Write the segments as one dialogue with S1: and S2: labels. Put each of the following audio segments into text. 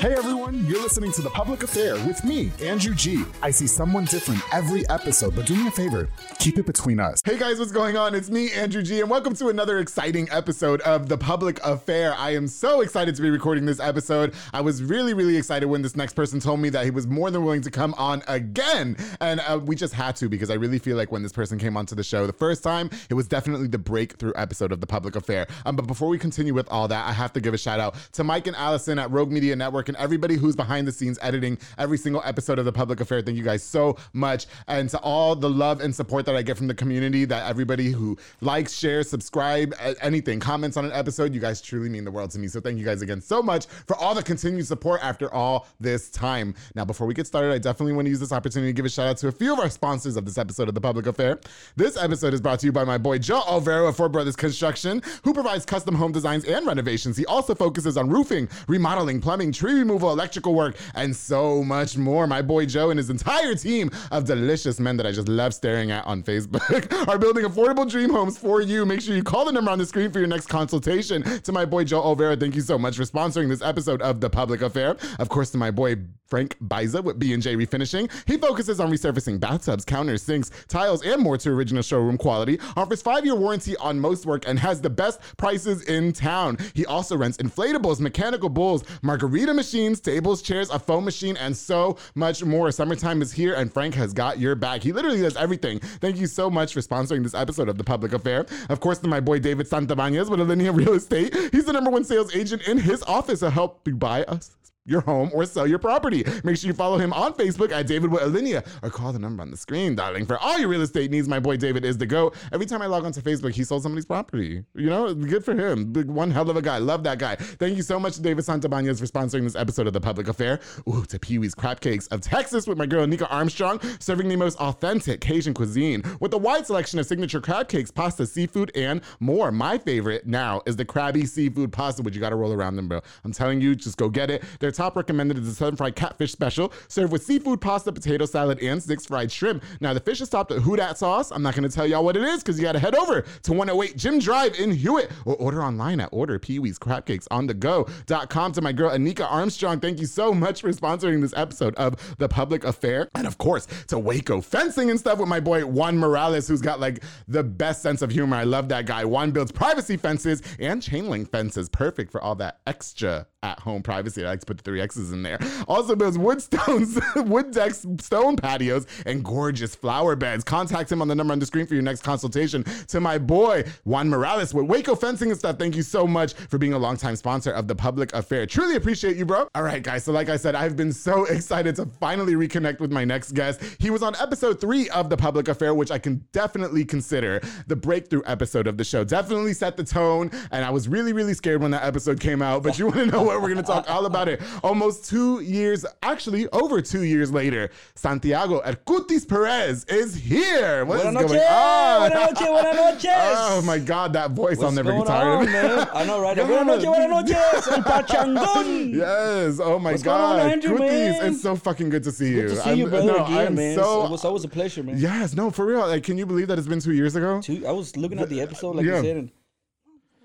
S1: Hey everyone, you're listening to The Public Affair with me, Andrew G. I see someone different every episode, but do me a favor, keep it between us. Hey guys, what's going on? It's me, Andrew G, and welcome to another exciting episode of The Public Affair. I am so excited to be recording this episode. I was really, really excited when this next person told me that he was more than willing to come on again. And uh, we just had to because I really feel like when this person came onto the show the first time, it was definitely the breakthrough episode of The Public Affair. Um, but before we continue with all that, I have to give a shout out to Mike and Allison at Rogue Media Network and everybody who's behind the scenes editing every single episode of The Public Affair. Thank you guys so much. And to all the love and support that I get from the community, that everybody who likes, shares, subscribe, uh, anything, comments on an episode, you guys truly mean the world to me. So thank you guys again so much for all the continued support after all this time. Now, before we get started, I definitely want to use this opportunity to give a shout out to a few of our sponsors of this episode of The Public Affair. This episode is brought to you by my boy Joe Alvaro of Four Brothers Construction, who provides custom home designs and renovations. He also focuses on roofing, remodeling, plumbing, tree removal, electrical work, and so much more. My boy Joe and his entire team of delicious men that I just love staring at on Facebook are building affordable dream homes for you. Make sure you call the number on the screen for your next consultation. To my boy Joe Olvera, thank you so much for sponsoring this episode of The Public Affair. Of course, to my boy Frank Biza with B&J Refinishing. He focuses on resurfacing bathtubs, counters, sinks, tiles, and more to original showroom quality, offers five-year warranty on most work, and has the best prices in town. He also rents inflatables, mechanical bulls, margarita machines, tables, chairs, a foam machine, and so much more. Summertime is here, and Frank has got your back. He literally does everything. Thank you so much for sponsoring this episode of The Public Affair. Of course, to my boy David Santabanez with Alinea Real Estate. He's the number one sales agent in his office to help you buy us your home or sell your property. Make sure you follow him on Facebook at David with Alinea or call the number on the screen, darling. For all your real estate needs, my boy David is the go. Every time I log onto Facebook, he sold somebody's property. You know, good for him. Big- One hell of a guy. Love that guy. Thank you so much, to David Santabanez, for sponsoring this episode of The Public Affair. Ooh, to Pee Wee's Crab Cakes of Texas with my girl Nika Armstrong, serving the most authentic Cajun cuisine with a wide selection of signature crab cakes, pasta, seafood, and more. My favorite now is the Krabby Seafood Pasta, which you gotta roll around them, bro. I'm telling you, just go get it. Their top recommended is the Southern Fried Catfish Special, served with seafood pasta, potato salad, and six fried shrimp. Now, the fish is topped with Houdat sauce. I'm not gonna tell y'all what it is because you gotta head over to 108 Jim Drive in Hewitt or order online at order Pee-wee's Crabcakes on the go.com to my girl Anika Armstrong. Thank you so much for sponsoring this episode of The Public Affair. And of course, to Waco fencing and stuff with my boy Juan Morales, who's got like the best sense of humor. I love that guy. Juan builds privacy fences and chain link fences, perfect for all that extra at home privacy. I like to put the three X's in there. Also builds wood stones, wood decks, stone patios, and gorgeous flower beds. Contact him on the number on the screen for your next consultation. To my boy Juan Morales with Waco Fencing and stuff. Thank you so much for being a longtime sponsor of the Public Affair. Truly appreciate you, bro. All right, guys. So like I said, I've been so excited to finally reconnect with my next guest. He was on episode three of the Public Affair, which I can definitely consider the breakthrough episode of the show. Definitely set the tone, and I was really, really scared when that episode came out. But you want to know what we're gonna talk all about it. Almost two years, actually over two years later, Santiago Ercutis Perez is here. What is
S2: Buenas noches.
S1: going on?
S2: Buenas noches. Buenas noches.
S1: "Ah, Oh my God, that voice! I'll
S2: What's
S1: never get
S2: going
S1: tired
S2: on,
S1: of it.
S2: man? I know, right?
S1: Yeah.
S2: Buenas noches. Buenas noches. El Pachangón.
S1: Yes. Oh my
S2: What's going
S1: God.
S2: on, Andrew,
S1: Kutis,
S2: man?
S1: it's so fucking good to see you.
S2: Good to see
S1: I'm-
S2: you, brother,
S1: no,
S2: again,
S1: I'm
S2: man.
S1: so-
S2: it was always a pleasure, man.
S1: yes. No, for real. Like, can you believe that it's been two years ago?
S2: Dude, I was looking at the episode, like
S1: Yeah.
S2: you said, and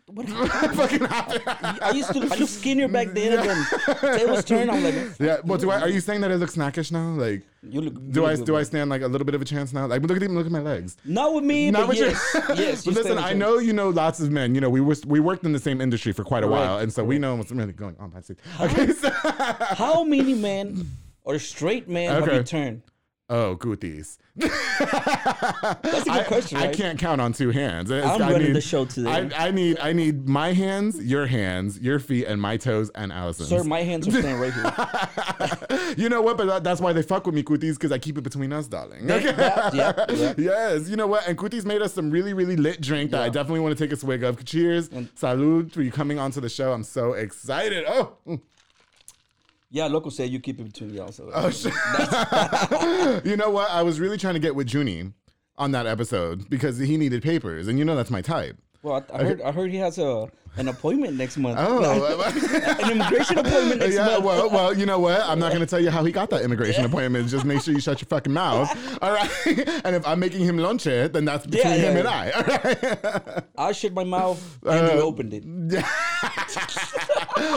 S2: what happened?
S1: fucking happened.
S2: I used to I look skinnier back then, and then tables turned. I'm like,
S1: Yeah. Well, do I? Are you saying that it looks snackish now? Like,
S2: you look. you
S1: do
S2: look
S1: I?
S2: good,
S1: Do I
S2: man.
S1: stand like a little bit of a chance now? Like, look at him. Look at my legs.
S2: Not with me,
S1: Not
S2: but
S1: with you.
S2: yes, yes. you
S1: but listen,
S2: stand
S1: I
S2: with me.
S1: know you know lots of men. You know, we were we worked in the same industry for quite a while,
S2: Correct,
S1: and so we know what's really going on. I see. Okay. So,
S2: How many men or straight men have
S1: Okay.
S2: you turned?
S1: oh, Gutis.
S2: That's a good
S1: I,
S2: question,
S1: I
S2: right?
S1: can't count on two hands. It's-
S2: I'm
S1: I
S2: running the show today.
S1: I, I need I need my hands, your hands, your feet, and my toes, and Allison's.
S2: Sir, my hands are staying right here.
S1: you know what? But that, that's why they fuck with me, Kutis, because I keep it between us, darling. Okay.
S2: Yeah, yeah, yeah.
S1: yes. You know what? And Kutis made us some really, really lit drink that I definitely want to take a swig of. Cheers. Salud for you coming onto the show. I'm so excited. Oh. mm.
S2: Yeah, local said you keep it between y'all. So
S1: Oh, shit. you know what? I was really trying to get with Junie on that episode because he needed papers, and you know that's my type.
S2: well, I, I heard I heard he has a an appointment next month.
S1: Oh,
S2: an immigration appointment next
S1: yeah.
S2: month.
S1: Well, well, you know what? I'm not going to tell you how he got that immigration appointment. Just make sure you shut your fucking mouth. All right. And if I'm making him lunch it, then that's between
S2: yeah,
S1: him
S2: yeah.
S1: and I. All right.
S2: I shut my mouth and
S1: Uh,
S2: you opened it.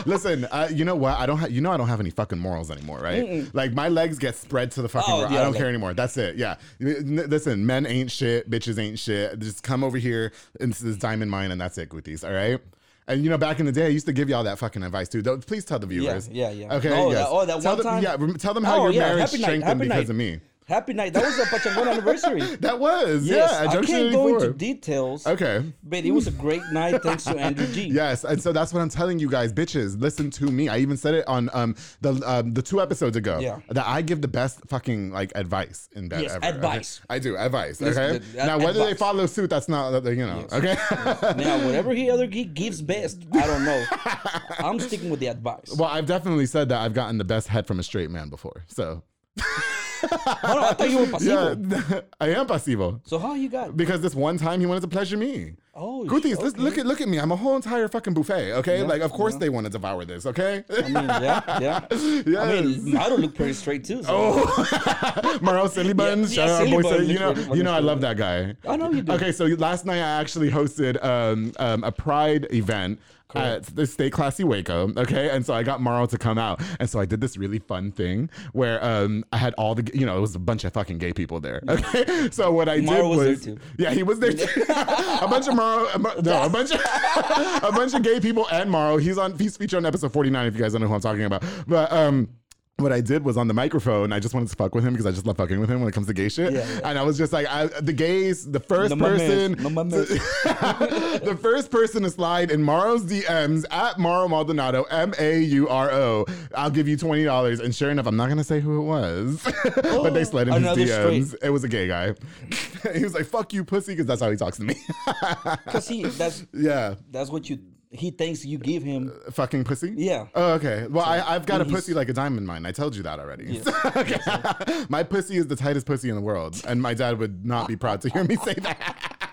S1: Listen, uh, you know what? I don't. Ha- you know I don't have any fucking morals anymore, right? Like my legs get spread to the fucking.
S2: Oh,
S1: ro- I
S2: yeah,
S1: don't
S2: like-
S1: care anymore. That's it. Yeah. N- n- Listen, men ain't shit. Bitches ain't shit. Just come over here and this is diamond mine, and that's it, Gutis. All right. And you know, back in the day, I used to give y'all that fucking advice too. Don't, please tell the viewers.
S2: yeah, yeah.
S1: Okay.
S2: Oh,
S1: yes.
S2: that- oh, that
S1: tell
S2: one
S1: them,
S2: time?
S1: Yeah. rem- Tell them how
S2: Oh,
S1: your
S2: yeah,
S1: marriage
S2: happy night,
S1: strengthened
S2: happy
S1: because
S2: night.
S1: of me.
S2: Happy night. That was a Pachangon anniversary.
S1: That was.
S2: Yes,
S1: yeah. at
S2: I
S1: Junction
S2: can't go
S1: 84.
S2: into details.
S1: Okay.
S2: But it was a great night thanks to Andrew G.
S1: Yes, and so that's what I'm telling you guys, bitches. Listen to me. I even said it on um the um, the two episodes ago.
S2: Yeah.
S1: That I give the best fucking like advice in bed.
S2: Yes,
S1: ever, okay?
S2: advice.
S1: I do advice.
S2: Yes,
S1: Okay.
S2: the-
S1: now
S2: ad-
S1: whether they
S2: advice.
S1: follow suit, that's not that they- you know. Okay.
S2: Now, whatever he other geek gives best, I don't know. I'm sticking with the advice.
S1: well, I've definitely said that I've gotten the best head from a straight man before. So
S2: Hold on, I thought you were
S1: yeah,
S2: pasivo.
S1: I am pasivo.
S2: So how you got?
S1: Because this one time he wanted to pleasure me.
S2: Oh,
S1: Gutis,
S2: sh-
S1: let's- look at look at me. I'm a whole entire fucking buffet. Okay,
S2: Yeah,
S1: like of course they want to devour this. Okay.
S2: I mean, yeah, yeah. I
S1: Yes.
S2: mean, I don't look pretty straight too. So.
S1: Oh. Marl Silly Buns.
S2: yeah,
S1: shout out our
S2: Silly
S1: boy
S2: Bun,
S1: Silly. You
S2: that's
S1: know,
S2: what- what
S1: you
S2: it's
S1: know, I
S2: called.
S1: love that guy.
S2: I know you do.
S1: Okay, so last night I actually hosted um, um, a Pride event at the State Classy Waco. Okay, and so I got Marl to come out, and so I did this really fun thing where um, I had all the, you know, it was a bunch of fucking gay people there. Okay, so what I did
S2: Marl was
S1: was,
S2: there too.
S1: yeah, he was there. Too. a bunch of Morrow, a bu- no, a bunch of a bunch of gay people and Morrow. He's on. He's featured on episode forty nine. If you guys don't know who I'm talking about, but um. What I did was on the microphone. I just wanted to fuck with him because I just love fucking with him when it comes to gay shit.
S2: Yeah, yeah.
S1: And I was just like, I, the gays, the first
S2: No, my mans.
S1: person,
S2: No, my mans.
S1: the first person to slide in Morrow's DMs at Morrow Maldonado, M A U R O. I'll give you twenty dollars. And sure enough, I'm not gonna say who it was, but they slid in his
S2: Another straight.
S1: DMs. It was a gay guy. he was like, "Fuck you, pussy," because that's how he talks to me.
S2: Cause he that's
S1: yeah,
S2: that's what you he thinks you give him.
S1: fucking pussy.
S2: Yeah.
S1: Oh, okay. Well, I, I've got a
S2: he's-
S1: pussy like a diamond mine. I told you that already. Okay. my pussy is the tightest pussy in the world, and my dad would not be proud to hear me say that.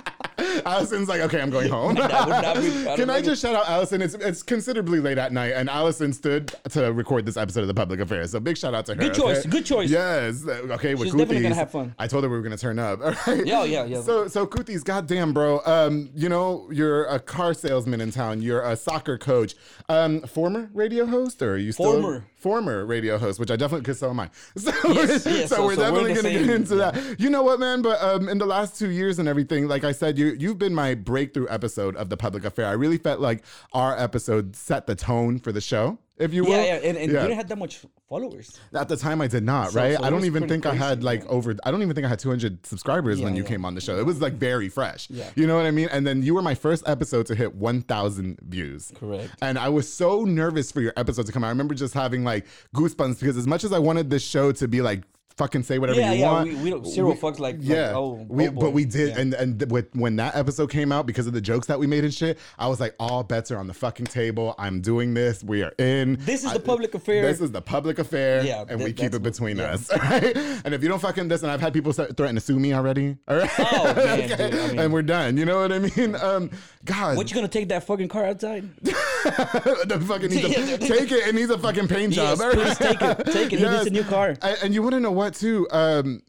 S1: Allison's like, okay, I'm going home.
S2: dad would not be proud
S1: Can
S2: of
S1: I
S2: me.
S1: just shout out Allison? It's it's considerably late at night, and Allison stood to record this episode of the Public Affair. So big shout out to her.
S2: Good choice,
S1: okay?
S2: good choice.
S1: Yes. uh, Okay. With
S2: She's definitely gonna
S1: Cooties,
S2: have fun.
S1: I told her we were gonna turn up. All right.
S2: Yeah, yeah, yeah.
S1: So so Kutis, goddamn bro. Um, you know, you're a car salesman in town, you're a soccer coach. Um, former radio host or are you still
S2: Former.
S1: former radio host, which I definitely because so am I. So,
S2: Yes,
S1: so,
S2: yes, so-
S1: we're
S2: so we're
S1: definitely
S2: the
S1: gonna
S2: same.
S1: get into that. You know what, man? But um in the last two years and everything, like I said, you you've been my breakthrough episode of the public affair. I really felt like our episode set the tone for the show. If you will,
S2: Yeah, yeah, and, and
S1: Yeah.
S2: you didn't have that much followers.
S1: At the time, I did not,
S2: So-
S1: right?
S2: so
S1: I
S2: it
S1: don't
S2: was
S1: even
S2: pretty
S1: think I
S2: crazy,
S1: had like
S2: yeah.
S1: over, I don't even think I had 200 subscribers when
S2: Yeah,
S1: you
S2: yeah.
S1: came on the show. It was like very fresh.
S2: Yeah.
S1: You know what I mean? And then you were my first episode to hit 1,000 views.
S2: Correct.
S1: And I was so nervous for your episode to come out. I remember just having like goosebumps because as much as I wanted this show to be like, Fucking say whatever
S2: Yeah,
S1: you
S2: yeah,
S1: want.
S2: we- we don't- zero fucks, like- like,
S1: yeah,
S2: oh,
S1: we,
S2: oh boy.
S1: but we did,
S2: Yeah.
S1: and and th- with, when that episode came out, because of the jokes that we made and shit, I was like, all bets are on the fucking table. I'm doing this. We are in.
S2: This is
S1: I-
S2: the public affair.
S1: This is the public affair
S2: Yeah,
S1: and
S2: that-
S1: we keep
S2: that's
S1: it
S2: what-
S1: between
S2: yeah.
S1: us, all right? And if you don't fucking listen, I've had people start threaten to sue me already, all right?
S2: Oh, man, dude, I mean-
S1: and we're done. You know what I mean? Um, God,
S2: What you gonna take that fucking car outside?
S1: the fucking needs
S2: Yeah,
S1: a,
S2: dude.
S1: take it. It needs a fucking paint
S2: Yes,
S1: job. all
S2: please take it. Take it. It needs a new car.
S1: I, and you want to know what too? Um,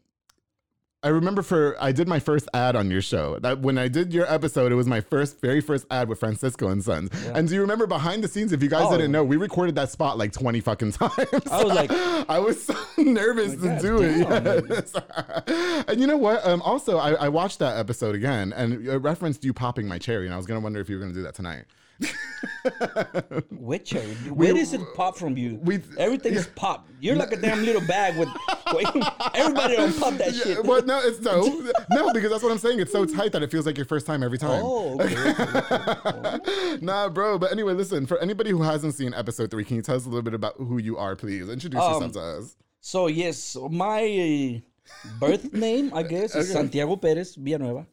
S1: I remember for I did my first ad on your show. That when I did your episode, it was my first, very first ad with Francisco and Sons. And do you remember behind the scenes? If you guys
S2: Oh.
S1: didn't know, we recorded that spot like twenty fucking times.
S2: I was like- "Oh
S1: I was so nervous to
S2: God
S1: do it.
S2: damn, man.
S1: yes. and you know what? Um, also, I, I watched that episode again, and it referenced you popping my cherry, and I was gonna wonder if you were gonna do that tonight.
S2: Witcher. Where does it pop from you?
S1: we-
S2: Everything is pop. You're like a damn little bag with. everybody don't pop that
S1: Yeah,
S2: shit.
S1: well, no, it's no, no, because that's what I'm saying. It's so tight that it feels like your first time every time.
S2: Oh, okay.
S1: Nah, bro. But anyway, listen. For anybody who hasn't seen episode three, can you tell us a little bit about who you are, please? Introduce
S2: Um,
S1: yourself to us.
S2: So yes, my birth name, I guess, is Santiago Perez Villanueva.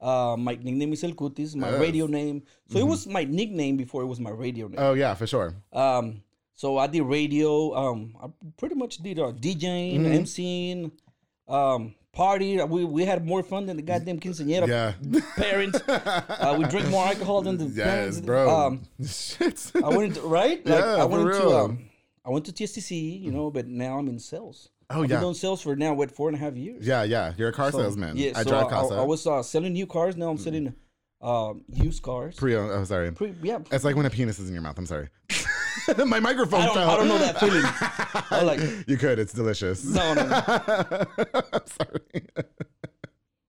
S2: Uh, my nickname is El
S1: Mm-hmm. Uh,
S2: Cutis. My radio name. So it was my nickname before it was my radio name.
S1: Oh yeah, for sure.
S2: Um, So I did radio. Um, I pretty much did uh, DJing,
S1: Mm-hmm.
S2: MCing, um, party. We we had more fun than the goddamn quinceañera
S1: Yeah.
S2: parents. uh, we drink more alcohol than the
S1: Yes,
S2: parents.
S1: bro.
S2: Um,
S1: Shit.
S2: I went to, right. Like,
S1: Yeah,
S2: I
S1: for
S2: went
S1: real. Mm-hmm.
S2: to um, I went to TSTC, you know, but now I'm in sales.
S1: Oh,
S2: I've
S1: yeah.
S2: been doing sales for now what four and a half years.
S1: yeah, yeah. You're a car salesman.
S2: Yeah,
S1: I
S2: so
S1: drive
S2: I,
S1: Casa. Mm-hmm.
S2: I, was uh, selling new cars. Now I'm selling um, used cars.
S1: Pre- oh, sorry.
S2: Pre- yeah.
S1: It's like when a penis is in your mouth. I'm sorry. My microphone
S2: I don't,
S1: fell.
S2: I don't know that feeling. I like
S1: You could. It's delicious.
S2: no, no. no.
S1: I'm sorry.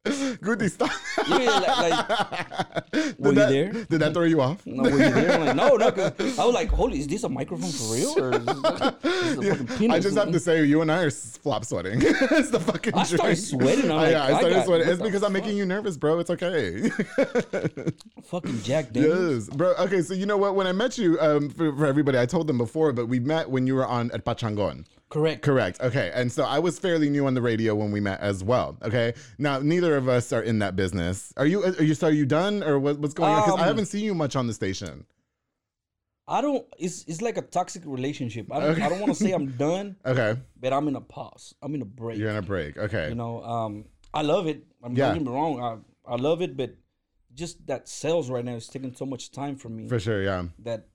S1: Goody, stop.
S2: Yeah, like, like,
S1: did
S2: Were you
S1: that,
S2: there?
S1: Did that throw you off?
S2: no, were you there? I'm like, no, no. 'cause I was like, holy, is this a microphone for real? Or is this, this is a
S1: Yeah,
S2: fucking penis?
S1: I just have to say, you and I are s- flop sweating. it's the fucking
S2: I started
S1: drink.
S2: sweating. I'm
S1: Oh, yeah,
S2: like,
S1: I
S2: I
S1: started
S2: got-
S1: sweating.
S2: what
S1: It's
S2: the
S1: because I'm making you nervous, bro. It's okay.
S2: fucking Jack Daniels.
S1: yes, bro. Okay, so you know what? When I met you, um, for, for everybody, I told them before, but we met when you were on at Pachangon.
S2: Correct.
S1: Correct. Okay. And so I was fairly new on the radio when we met as well. Okay. Now neither of us are in that business. Are you? Are you? So are you done, or what, what's going on? 'Cause on? Because I
S2: Um,
S1: haven't seen you much on the station.
S2: I don't. It's it's like a toxic relationship. I don't. I don't want to say I'm done,
S1: Okay.
S2: but I'm in a pause. I'm in a break.
S1: You're in a break. Okay.
S2: You know, um, I love it. I'm
S1: Yeah.
S2: not getting me wrong. I, I love it, but just that sales right now is taking so much time from me
S1: For sure. Yeah.
S2: that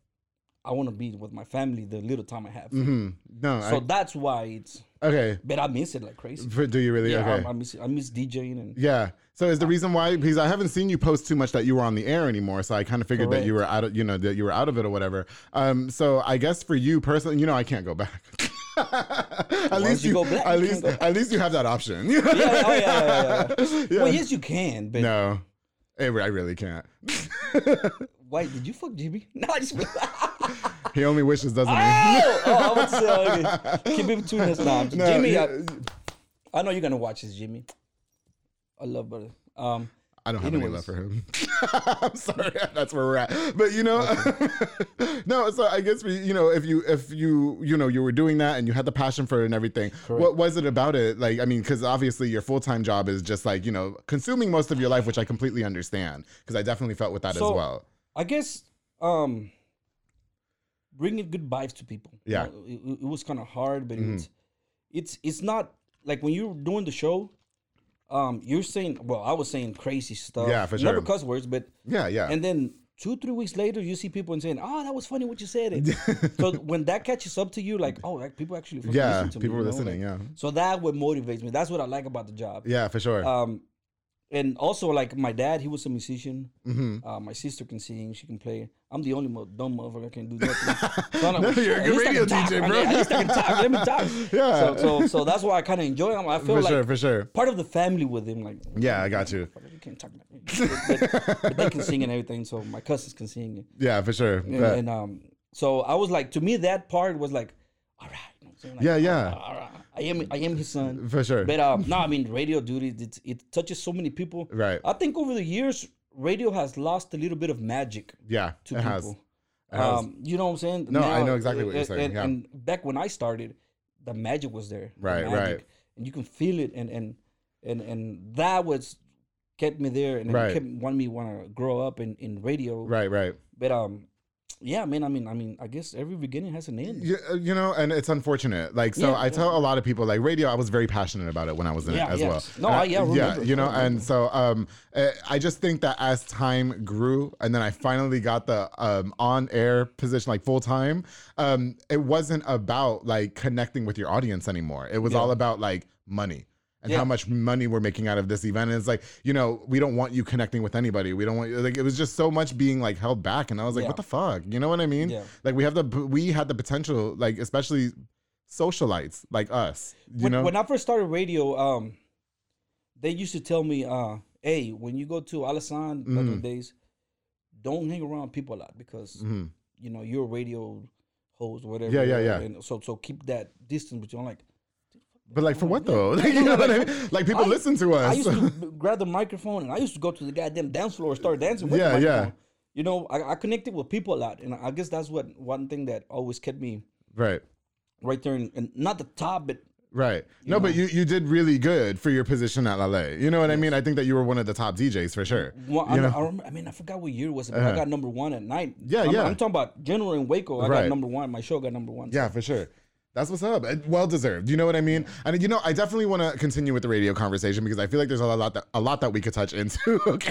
S2: I want to be with my family the little time I have.
S1: Hmm. No.
S2: So that's why it's.
S1: I, okay.
S2: But I miss it like crazy.
S1: For, do you really?
S2: Yeah,
S1: okay.
S2: I, I miss I miss DJing and
S1: yeah. So is the reason why because I haven't seen you post too much that you were on the air anymore. So I kind of figured that you were out of you know that you were out of it or whatever. Um. So I guess for you personally, you know, I can't go back. at least
S2: you
S1: you,
S2: go black,
S1: at
S2: you can't
S1: least
S2: go back.
S1: at least you have that option.
S2: yeah, yeah, oh, yeah, yeah, yeah, yeah. Well, yes, you can, but
S1: No, I I really can't.
S2: why did you fuck GB? No, I just.
S1: He only wishes, doesn't he?
S2: oh, oh, I would say, okay. keep it between us now.
S1: No,
S2: Jimmy,
S1: yeah,
S2: I, I know you're gonna watch this, Jimmy. I love brother. Um,
S1: I don't have any
S2: anyways.
S1: love for him. I'm sorry, that's where we're at. But you know, no. So I guess we, you know, if you, if you, you know, you were doing that and you had the passion for it and everything. What was it about it? Like, I mean, because obviously your full time job is just like you know consuming most of your life, which I completely understand because I definitely felt with that as
S2: So-
S1: well.
S2: I guess um, bringing good vibes to people. you
S1: Yeah. Mm-hmm.
S2: know, it- it, it was kind of hard, but it's it's it's not like when you're doing the show. Um, you're saying well, I was saying crazy stuff.
S1: Yeah, for
S2: Never
S1: sure.
S2: cuss words, but
S1: Yeah, yeah.
S2: and then two three weeks later you see people and saying oh that was funny what you said it. so when that catches up to you like oh like, people actually fucking
S1: Yeah,
S2: listen to me,
S1: people
S2: you
S1: were
S2: know,
S1: listening,
S2: like,
S1: yeah.
S2: so that what motivates me that's what i like about the job
S1: yeah, for sure.
S2: um and also like my dad he was a musician
S1: Mm-hmm.
S2: uh, my sister can sing she can play i'm the only mo- dumb motherfucker can do nothing so I'm
S1: No,
S2: like, "Well,
S1: you're a
S2: shit, at
S1: good
S2: least I
S1: radio
S2: can talk,
S1: DJ,
S2: right?
S1: bro.
S2: at least i can talk let me talk
S1: Yeah.
S2: so so, so that's why i kind of enjoy him i feel
S1: for
S2: like
S1: sure, for sure.
S2: part of the family with him like
S1: Yeah, I got you.
S2: "Motherfucker, you can't talk like that." but, but- but they can sing and everything so my cousins can sing
S1: Yeah, for sure.
S2: and,
S1: But-
S2: and um so i was like to me that part was like all right you know what I'm saying? Like,
S1: Yeah, yeah.
S2: all right, all right. i am i am his son
S1: for sure.
S2: but um, no, I mean radio, dude. It, it it touches so many people.
S1: Right.
S2: I think over the years, radio has lost a little bit of magic
S1: Yeah,
S2: to
S1: it
S2: people.
S1: has. has.
S2: Um, you know what I'm saying?
S1: No, I know exactly what you're saying,
S2: And,
S1: yeah.
S2: and back when I started, the magic was there. the
S1: Right,
S2: magic,
S1: right.
S2: And you can feel it, and and and and that was kept me there, and it
S1: Right.
S2: kept wanting me want to grow up in in radio.
S1: Right, right.
S2: But um, yeah, man. I mean, I mean, I guess every beginning has an end.
S1: you, uh, you know, and it's unfortunate. Like, so
S2: Yeah.
S1: I tell a lot of people, like, radio, I was very passionate about it when I was in
S2: Yeah,
S1: it as
S2: yeah.
S1: well.
S2: No,
S1: And
S2: I- yeah, I remember.
S1: you know,
S2: I
S1: and so um, eh, I just think that as time grew and then I finally got the um, on air position, like full time, um, it wasn't about like connecting with your audience anymore. It was all about like money. And how
S2: Yeah.
S1: much money we're making out of this event. And it's like, you know, we don't want you connecting with anybody. We don't want you, like, it was just so much being like held back. And I was like,
S2: Yeah.
S1: what the fuck? You know what I mean?
S2: Yeah.
S1: Like we have the we had the potential, like especially socialites like us. You
S2: when,
S1: know,
S2: when I first started radio, um, they used to tell me, uh, "Hey, when you go to Alasan back
S1: Mm.
S2: in the days, don't hang around people a lot because you know you're a radio host, whatever.
S1: Mm-hmm. Yeah, yeah,
S2: you are,
S1: yeah.
S2: And so, so keep that distance between. I'm like,
S1: but like for what though? you know what I mean? Like people
S2: I-
S1: listen to us.
S2: I used to b- grab the microphone and I used to go to the goddamn dance floor and start dancing. With
S1: Yeah,
S2: the
S1: yeah.
S2: microphone. You know, I, I connected with people a lot, and I guess that's what one thing that always kept me
S1: right,
S2: right there, and not the top, but
S1: Right. no, but you, you did really good for your position at La Ley. You know what I mean? I think that you were one of the top DJs for sure.
S2: Well, I,
S1: You
S2: don't-
S1: know? Uh-huh.
S2: I, remember, I mean, I forgot what year it was, but I got number one at night.
S1: Yeah,
S2: I'm,
S1: yeah.
S2: I'm talking about General in Waco. I
S1: Right.
S2: got number one. My show got number one.
S1: Yeah, for sure. That's what's up. Uh, Well deserved. You know what I mean? And you know, I definitely want to continue with the radio conversation because I feel like there's a lot that a lot that we could touch into. okay.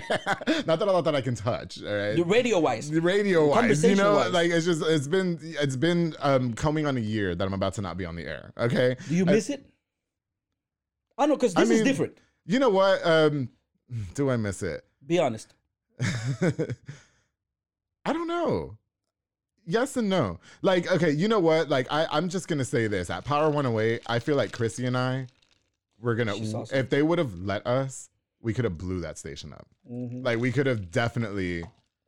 S1: Not that a lot that I can touch. All right.
S2: The radio wise.
S1: radio wise, you know,
S2: Conversation-wise.
S1: like it's just it's been it's been um coming on a year that I'm about to not be on the air. Okay. Uh,
S2: Do you
S1: I-
S2: miss it? I know, because
S1: I
S2: this
S1: mean-
S2: is different.
S1: you know what? Um do I miss it?
S2: Be honest.
S1: I don't know. Yes and no. Like, okay, you know what? Like, I, I'm just gonna say this. At Power 108, I feel like Chrissy and I were gonna
S2: She's awesome.
S1: if they would have let us, we could have blew that station up.
S2: Mhm.
S1: Like we could have definitely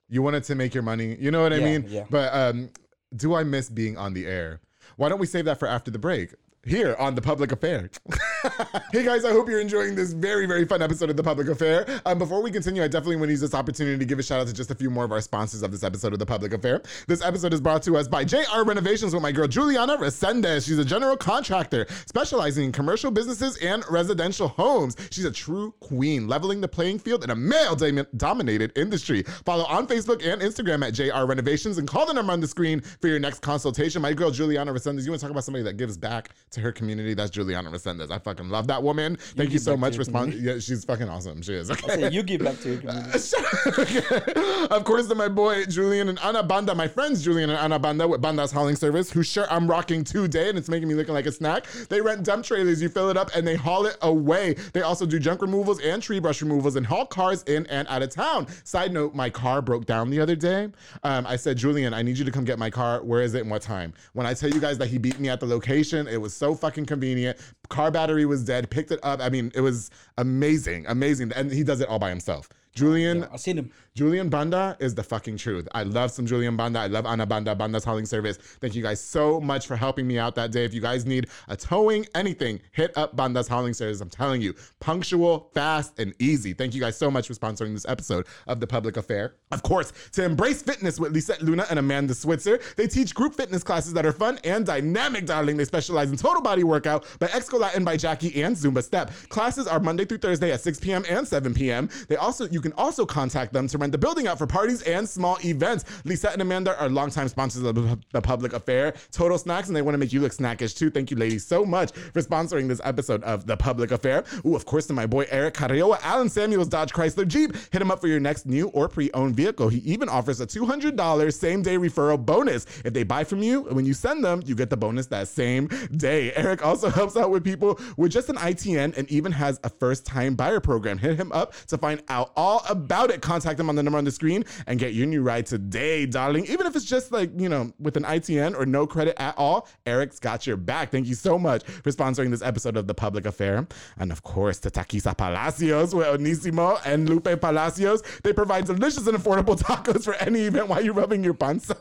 S1: you wanted to make your money, you know what I
S2: Yeah,
S1: mean?
S2: yeah.
S1: But um, do I miss being on the air? Why don't we save that for after the break? Here on The Public Affair. hey guys, I hope you're enjoying this very, very fun episode of The Public Affair. Um, before we continue, I definitely want to use this opportunity to give a shout out to just a few more of our sponsors of this episode of The Public Affair. This episode is brought to us by JR Renovations with my girl Juliana Resendez. She's a general contractor specializing in commercial businesses and residential homes. She's a true queen, leveling the playing field in a male dam- dominated industry. Follow on Facebook and Instagram at JR Renovations and call the number on the screen for your next consultation. My girl Juliana Resendez, you want to talk about somebody that gives back to her community? That's Juliana Resendez. I fucking love that woman. Thank you,
S2: give
S1: so
S2: back to
S1: much.
S2: your
S1: Respond. Yeah, she's fucking awesome. She is.
S2: I said, you give back to your community.
S1: of course, to my boy Julian and Ana Banda, my friends Julian and Ana Banda with Banda's Hauling Service, whose shirt I'm rocking today and it's making me looking like a snack. They rent dump trailers, you fill it up, and they haul it away. They also do junk removals and tree brush removals and haul cars in and out of town. Side note, my car broke down the other day. Um, I said, Julian, I need you to come get my car. Where is it and what time? When I tell you guys that he beat me at the location, it was so fucking convenient. Car battery was dead, picked it up. I mean, it was amazing, amazing. And he does it all by himself. Julian,
S2: I seen him.
S1: Julian Banda is the fucking truth. I love some Julian Banda. I love Ana Banda, Banda's Hauling Service. Thank you guys so much for helping me out that day. If you guys need a towing, anything, hit up Banda's Hauling Service. I'm telling you, punctual, fast, and easy. Thank you guys so much for sponsoring this episode of The Public Affair. Of course, to embrace fitness with Lisette Luna and Amanda Switzer, they teach group fitness classes that are fun and dynamic, darling. They specialize in total body workout by Exco Latin by Jackie and Zumba Step. Classes are Monday through Thursday at 6 p.m. and 7 p.m. They also you can also contact them to rent the building out for parties and small events. Lisa and Amanda are longtime sponsors of the- the Public Affair, Total Snacks, and they want to make you look snackish too. Thank you, ladies, so much for sponsoring this episode of the Public Affair. Ooh, of course, to my boy Eric Carrioa, Alan Samuels, Dodge Chrysler Jeep. Hit him up for your next new or pre-owned vehicle. He even offers a $200 same-day referral bonus if they buy from you. When you send them, you get the bonus that same day. Eric also helps out with people with just an ITN and even has a first-time buyer program. Hit him up to find out all about it. Contact him on the number on the screen and get your new ride today, darling. Even if it's just like, you know, with an ITN or no credit at all, Eric's got your back. Thank you so much for sponsoring this episode of The Public Affair. And of course, to Taquisa Palacios with Onissimo and Lupe Palacios. They provide delicious and affordable tacos for any event while you're rubbing your panza.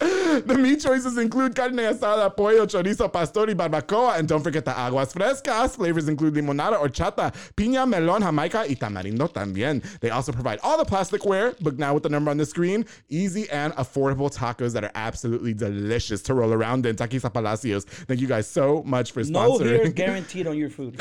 S1: the meat choices include carne asada, pollo, chorizo, pastor, y barbacoa, and don't forget the aguas frescas. Flavors include limonada, horchata, piña, melon, jamaica, y tamarindo también. They also provide all the plasticware, but now with the number on the screen, easy and affordable tacos that are absolutely delicious to roll around in. Taquisa Palacios, thank you guys so much for
S2: No
S1: sponsoring.
S2: hair guaranteed on your food.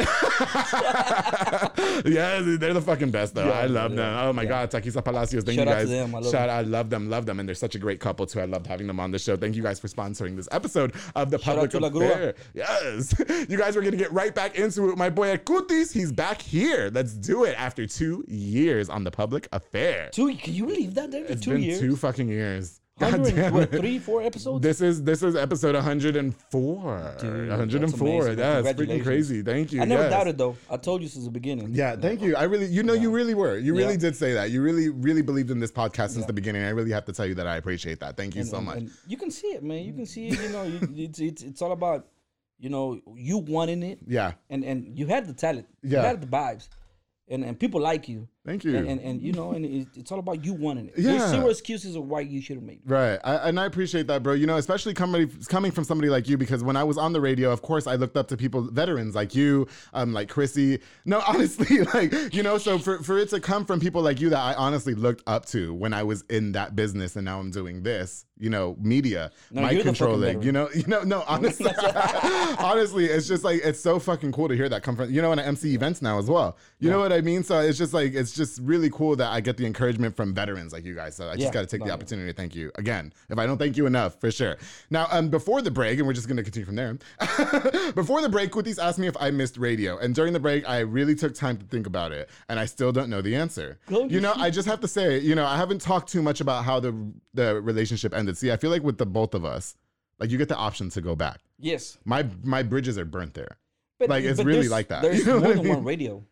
S1: yeah, they're the fucking best though. I love them. Oh my god, Taquisa Palacios. Thank
S2: Shout
S1: you
S2: out to
S1: guys.
S2: them. I love
S1: Shout out, I love them, love them, and they're such a great couple too. I loved having them on the show. Thank you guys for sponsoring this episode of the
S2: out
S1: Public
S2: to La Grúa.
S1: Affair. Yes, you guys. We're gonna get right back into it. with My boy Cutis, he's back here. Let's do it after two years on the Public Affair.
S2: Two? Can you believe that? There,
S1: It's
S2: two
S1: been
S2: years.
S1: two fucking years. God
S2: Hundred and-
S1: damn
S2: what,
S1: it.
S2: three, four episodes.
S1: This is this is episode 104.
S2: Dude,
S1: 104.
S2: that's amazing.
S1: That's freaking
S2: Congratulations.
S1: crazy. Thank you.
S2: I never
S1: yes.
S2: doubted though. I told you since the beginning.
S1: Yeah, thank you. I really, you know, you really were. You really
S2: Yeah.
S1: did say that. You really, really believed in this podcast since the beginning. I really have to tell you that I appreciate that. Thank you so
S2: and-
S1: much.
S2: and you can see it, man. You can see it. You know, you, it's, it's it's all about, you know, you wanting it,
S1: yeah,
S2: and and you had the talent.
S1: Yeah.
S2: You had the vibes, and and people like you.
S1: Thank you.
S2: and, and, and you know, and it, it's all about you wanting it.
S1: Yeah.
S2: There's zero excuses of why you should have made it.
S1: Right, I, and I appreciate that, bro. You know, especially coming coming from somebody like you, because when I was on the radio, of course, I looked up to people, veterans like you, um, like Chrissy. No, honestly, like you know, so for for it to come from people like you that I honestly looked up to when I was in that business, and now I'm doing this, you know, media,
S2: No,
S1: mic
S2: you're the fucking
S1: controlling,
S2: veteran.
S1: you know, you know, no, honestly, honestly, it's just like it's so fucking cool to hear that come from you know, and I MC events now as well. You know what I mean? So it's just like it's just really cool that I get the encouragement from veterans like you guys. So I just
S2: Yeah.
S1: got to take the
S2: No,
S1: opportunity opportunity to thank you again. If I don't thank you enough, for sure. Now, um, before the break, and we're just going to continue from there. before the break, Kutis asked me if I missed radio, and during the break, I really took time to think about it, and I still don't know the answer.
S2: Go
S1: you know, I just have to say, you know, I haven't talked too much about how the the relationship ended. See, I feel like with the both of us, like you get the option to go back.
S2: Yes.
S1: My my bridges are burnt there.
S2: But,
S1: Like, it's
S2: but
S1: really
S2: there's-
S1: like that.
S2: There's
S1: You know what
S2: more
S1: I
S2: than
S1: mean?
S2: one radio.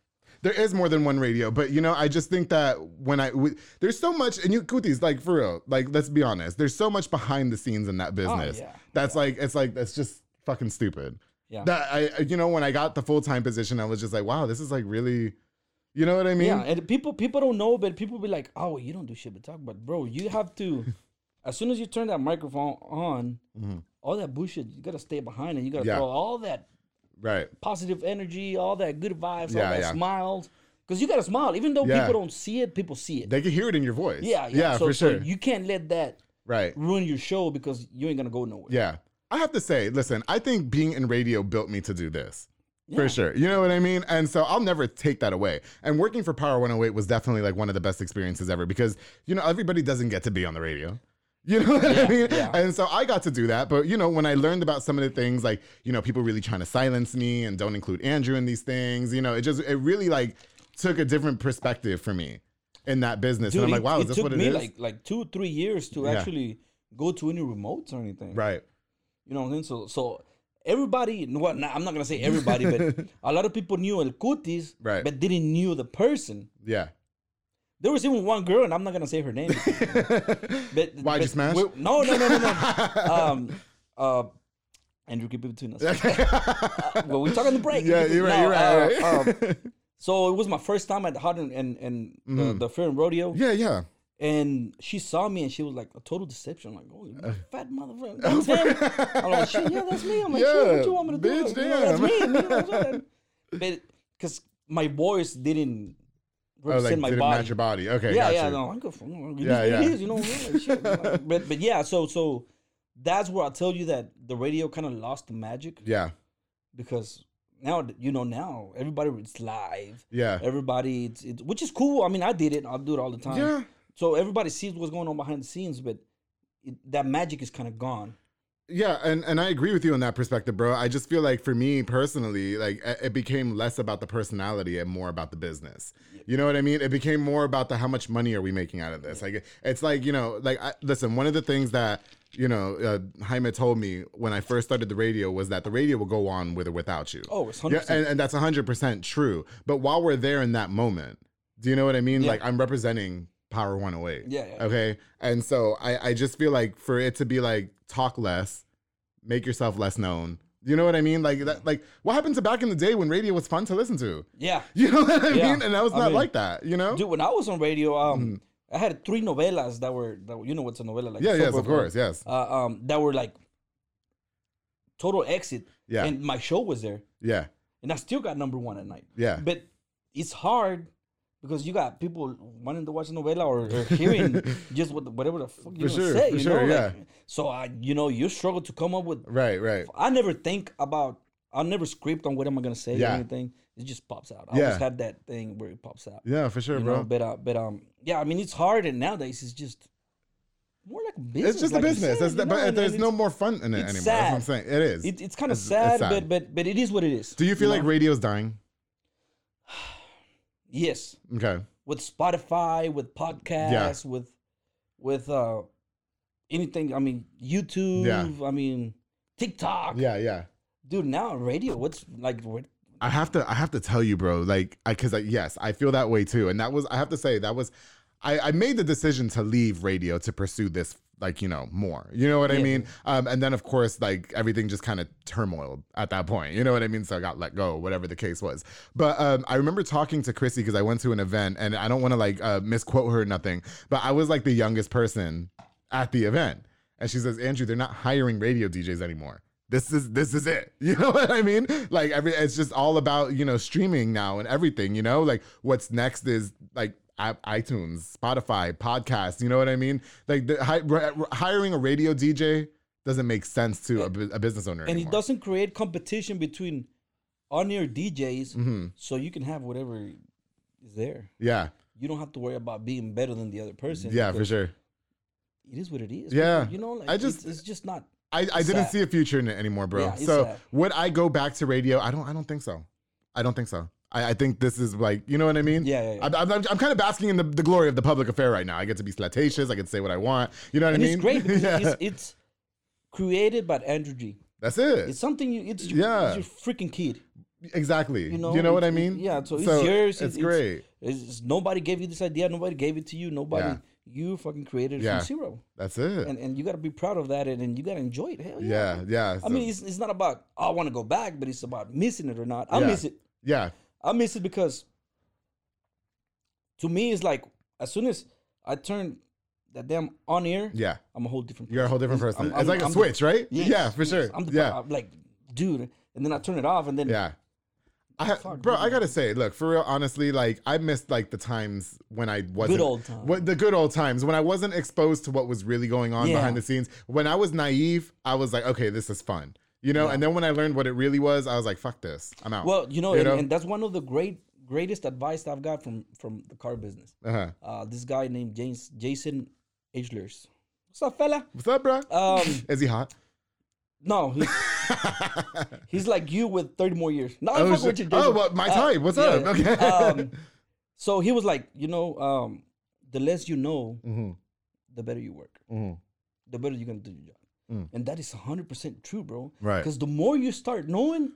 S1: There is more than one radio, but you know, I just think that when I w- there's so much, and you Kutis, like for real, like let's be honest, there's so much behind the scenes in that business.
S2: Oh, yeah,
S1: That's like it's like that's just fucking stupid.
S2: Yeah.
S1: That I, you know, when I got the full time position, I was just like, wow, this is like really, you know what I mean?
S2: yeah, and people people don't know, but people be like, "Oh, you don't do shit but talk." But bro, you have to. as soon as you turn that microphone on, all that bullshit you gotta stay behind it. You gotta
S1: Mm-hmm. Yeah.
S2: throw all that
S1: Right.
S2: positive energy, all that good vibes,
S1: Yeah,
S2: all that
S1: yeah.
S2: smiles. Because you gotta smile, even though
S1: Yeah.
S2: people don't see it, people see it.
S1: They can hear it in your voice.
S2: yeah, yeah,
S1: yeah,
S2: so,
S1: for
S2: so
S1: sure.
S2: you can't let that
S1: right.
S2: ruin your show because you ain't gonna go nowhere.
S1: Yeah. I have to say, listen, I think being in radio built me to do this. For sure. You know what I mean? And so I'll never take that away. And working for Power 108 was definitely like one of the best experiences ever because, you know, everybody doesn't get to be on the radio. You know what I mean?
S2: yeah.
S1: And so I got to do that. But, you know, when I learned about some of the things, like, you know, people really trying to silence me and don't include Andrew in these things, you know, it just, it really like took a different perspective for me in that business.
S2: Dude,
S1: and I'm like,
S2: it,
S1: wow,
S2: it
S1: is this
S2: took
S1: what it
S2: me
S1: is?
S2: like like two, three years to
S1: Yeah.
S2: actually go to any remotes or anything.
S1: right.
S2: You know what I mean? So so everybody well nah, I'm not gonna say everybody, but a lot of people knew El Cutis,
S1: Right.
S2: but didn't knew the person.
S1: Yeah.
S2: There was even one girl, and I'm not gonna say her name. but
S1: Why'd you
S2: but
S1: smash?
S2: we- No, no, no, no, no. um, uh, Andrew, keep it between us. Uh, well, we talk on the break.
S1: Yeah, you're right.
S2: No,
S1: You're right.
S2: uh,
S1: right.
S2: um, so it was my first time at Hot and and, and the, the Fair and Rodeo.
S1: Mm-hmm. yeah, yeah.
S2: And she saw me and she was like, a total deception. I'm like, holy
S1: Uh.
S2: fat motherfucker. That's him. I'm like, shit, yeah, that's me. I'm like, shit,
S1: Yeah,
S2: what you want me to
S1: bitch,
S2: do? You know,
S1: damn.
S2: that's me. you know what I'm saying? but because my voice didn't
S1: Oh, like
S2: represent my
S1: did it
S2: body.
S1: match your body? Okay,
S2: yeah,
S1: got
S2: yeah,
S1: you.
S2: no, I'm good for it.
S1: Yeah,
S2: is-
S1: yeah.
S2: It is, you know, like, shit, like, but, but yeah, so, so that's where I tell you that the radio kind of lost the magic
S1: Yeah,
S2: because now, you know, now everybody, it's live.
S1: yeah,
S2: Everybody, it's, it's, which is cool. I mean, I did it. I do it all the time.
S1: Yeah.
S2: So everybody sees what's going on behind the scenes, but it, that magic is kind of gone.
S1: yeah, and and I agree with you on that perspective, bro. I just feel like for me personally, like it it became less about the personality and more about the business. You know what I mean? It became more about the how much money are we making out of this? Like it- it's like you know, like I, listen, one of the things that you know uh, Jaime told me when I first started the radio was that the radio will go on with or without you.
S2: Oh, it's
S1: Yeah,
S2: hundred percent.
S1: and, and that's 100% true. But while we're there in that moment, do you know what I mean?
S2: Yeah.
S1: Like, I'm representing Power 108.
S2: Yeah, yeah.
S1: Okay. And so I, I just feel like for it to be like, talk less, make yourself less known. You know what I mean? Like,
S2: Mm.
S1: that, like what happened to back in the day when radio was fun to listen to?
S2: Yeah,
S1: You know what I
S2: Yeah.
S1: mean? And that was
S2: I
S1: not
S2: mean,
S1: like that, you know?
S2: dude. When I was on radio, um, I had three novelas that were that were- you know what's a novela like?
S1: Mm-hmm. yeah,
S2: soap
S1: yes, of
S2: opera.
S1: course. Yes.
S2: Uh, um, that were like total exit.
S1: Yeah.
S2: And my show was there,
S1: Yeah.
S2: and I still got number one at night.
S1: Yeah.
S2: But it's hard. Because you got people wanting to watch a novela or, or hearing just what the, whatever the fuck you
S1: For
S2: gonna
S1: sure,
S2: say,
S1: for
S2: you
S1: sure,
S2: know.
S1: yeah.
S2: Like, so I, you know, you struggle to come up with
S1: Right, right.
S2: I never think about. I never script on what am I gonna say
S1: Yeah.
S2: or anything. It just pops out. I
S1: Yeah.
S2: always had that thing where it pops out.
S1: Yeah, for sure,
S2: you
S1: bro.
S2: know, but uh, but um, yeah. I mean, it's hard, and nowadays it's just more like a business.
S1: it's just
S2: like
S1: a
S2: you
S1: business.
S2: said,
S1: That's
S2: you
S1: the,
S2: know,
S1: but
S2: and-
S1: there's
S2: and
S1: no
S2: it's-
S1: more fun in it
S2: it's
S1: anymore. That's what I'm
S2: sad.
S1: saying. It is.
S2: It, it's kind of
S1: It's- it's
S2: sad,
S1: sad.
S2: but but but it is what it is.
S1: Do you feel like
S2: know?
S1: radio's dying?
S2: yes,
S1: Okay.
S2: with Spotify, with podcasts, with with uh anything. I mean, YouTube. I mean, TikTok.
S1: Yeah, yeah.
S2: Dude, now radio. What's like? What,
S1: I have to I have to tell you, bro. Like, I because I, yes, I feel that way too. And that was I have to say that was I, I made the decision to leave radio to pursue this like you know more you know what i
S2: Yeah.
S1: mean um, and then of course like everything just kind of turmoiled at that point you know what i mean so i got let go whatever the case was but um, i remember talking to chrissy because i went to an event and i don't want to like uh, misquote her or nothing but i was like the youngest person at the event and she says andrew they're not hiring radio djs anymore this is this is it you know what i mean like every it's just all about you know streaming now and everything you know like what's next is like i- itunes spotify podcasts you know what i mean like the, hi, r- r- hiring a radio dj doesn't make sense to a, bu- a business owner
S2: and it
S1: anymore.
S2: doesn't create competition between on-air DJs,
S1: Mhm.
S2: so you can have whatever is there.
S1: yeah
S2: You don't have to worry about being better than the other person.
S1: yeah for
S2: because
S1: sure
S2: It is what it is.
S1: Yeah.
S2: people, you know, like
S1: I
S2: I
S1: just-
S2: just it's, it's just not.
S1: I, I didn't
S2: sad.
S1: see a future in it anymore, bro.
S2: Yeah, it's
S1: so
S2: sad.
S1: would I go back to radio? I don't. I don't think so. I don't think so. I, I think this is like you know what I mean.
S2: Yeah, yeah, yeah.
S1: I'm, I'm, I'm kind of basking in the, the glory of the public affair right now. I get to be slatacious. I get to say what I want. You know what
S2: And
S1: I mean?
S2: it's great because
S1: yeah.
S2: it's, it's created by Andrew G.
S1: That's it.
S2: It's something you. It's your,
S1: Yeah.
S2: it's your freaking kid.
S1: exactly. You
S2: You
S1: know,
S2: know,
S1: what I
S2: it's- it-
S1: mean?
S2: yeah, so it's yours,
S1: It's
S2: it's-
S1: great.
S2: It's, it's- nobody gave you this idea. Nobody gave it to you. Nobody.
S1: Yeah.
S2: You fucking created it
S1: Yeah.
S2: from zero,
S1: That's it.
S2: and and you got to be proud of that, and, and you got to enjoy it. Hell
S1: yeah, yeah.
S2: I
S1: so-
S2: mean, it's, it's not about oh, I want to go back, but it's about missing it or not. I
S1: Yeah.
S2: miss it.
S1: yeah,
S2: I miss it because to me, it's like as soon as I turn that damn on air,
S1: yeah.
S2: I'm a whole different.
S1: You're a whole different
S2: It's-
S1: person.
S2: I'm-
S1: it's
S2: I'm-
S1: like a
S2: I'm the-
S1: switch, right?
S2: Yes,
S1: yeah, for
S2: yes,
S1: sure.
S2: I'm the,
S1: yeah.
S2: I'm like, dude, and then I turn it off, and then
S1: Yeah. I ha-
S2: Fuck,
S1: bro,
S2: dude.
S1: I gotta say, look, for real, honestly, like I missed like the times when I wasn't
S2: old times.
S1: What, the good old times when I wasn't exposed to what was really going on
S2: Yeah.
S1: behind the scenes. When I was naive, I was like, okay, this is fun, you know. And then when I learned what it really was, I was like, fuck this, I'm out.
S2: well, you know,
S1: You
S2: and,
S1: know?
S2: and that's one of the great greatest advice I've got from from the car business.
S1: uh-huh.
S2: Uh, this guy named James Jason Edgelers. What's up, fella?
S1: what's up, bro?
S2: Um,
S1: is he hot?
S2: No, he's, he's like you with 30 more years. No,
S1: Oh,
S2: I'm fucking
S1: shit.
S2: with you,
S1: oh
S2: Jason.
S1: well, my
S2: Uh,
S1: type. What's
S2: yeah,
S1: up?
S2: yeah.
S1: Okay.
S2: Um, so he was like, you know, um, the less you know,
S1: Mhm,
S2: the better you work,
S1: mhm.
S2: the better you're going to do your job.
S1: Mm.
S2: And that is 100% true, bro.
S1: Right.
S2: Because the more you start knowing,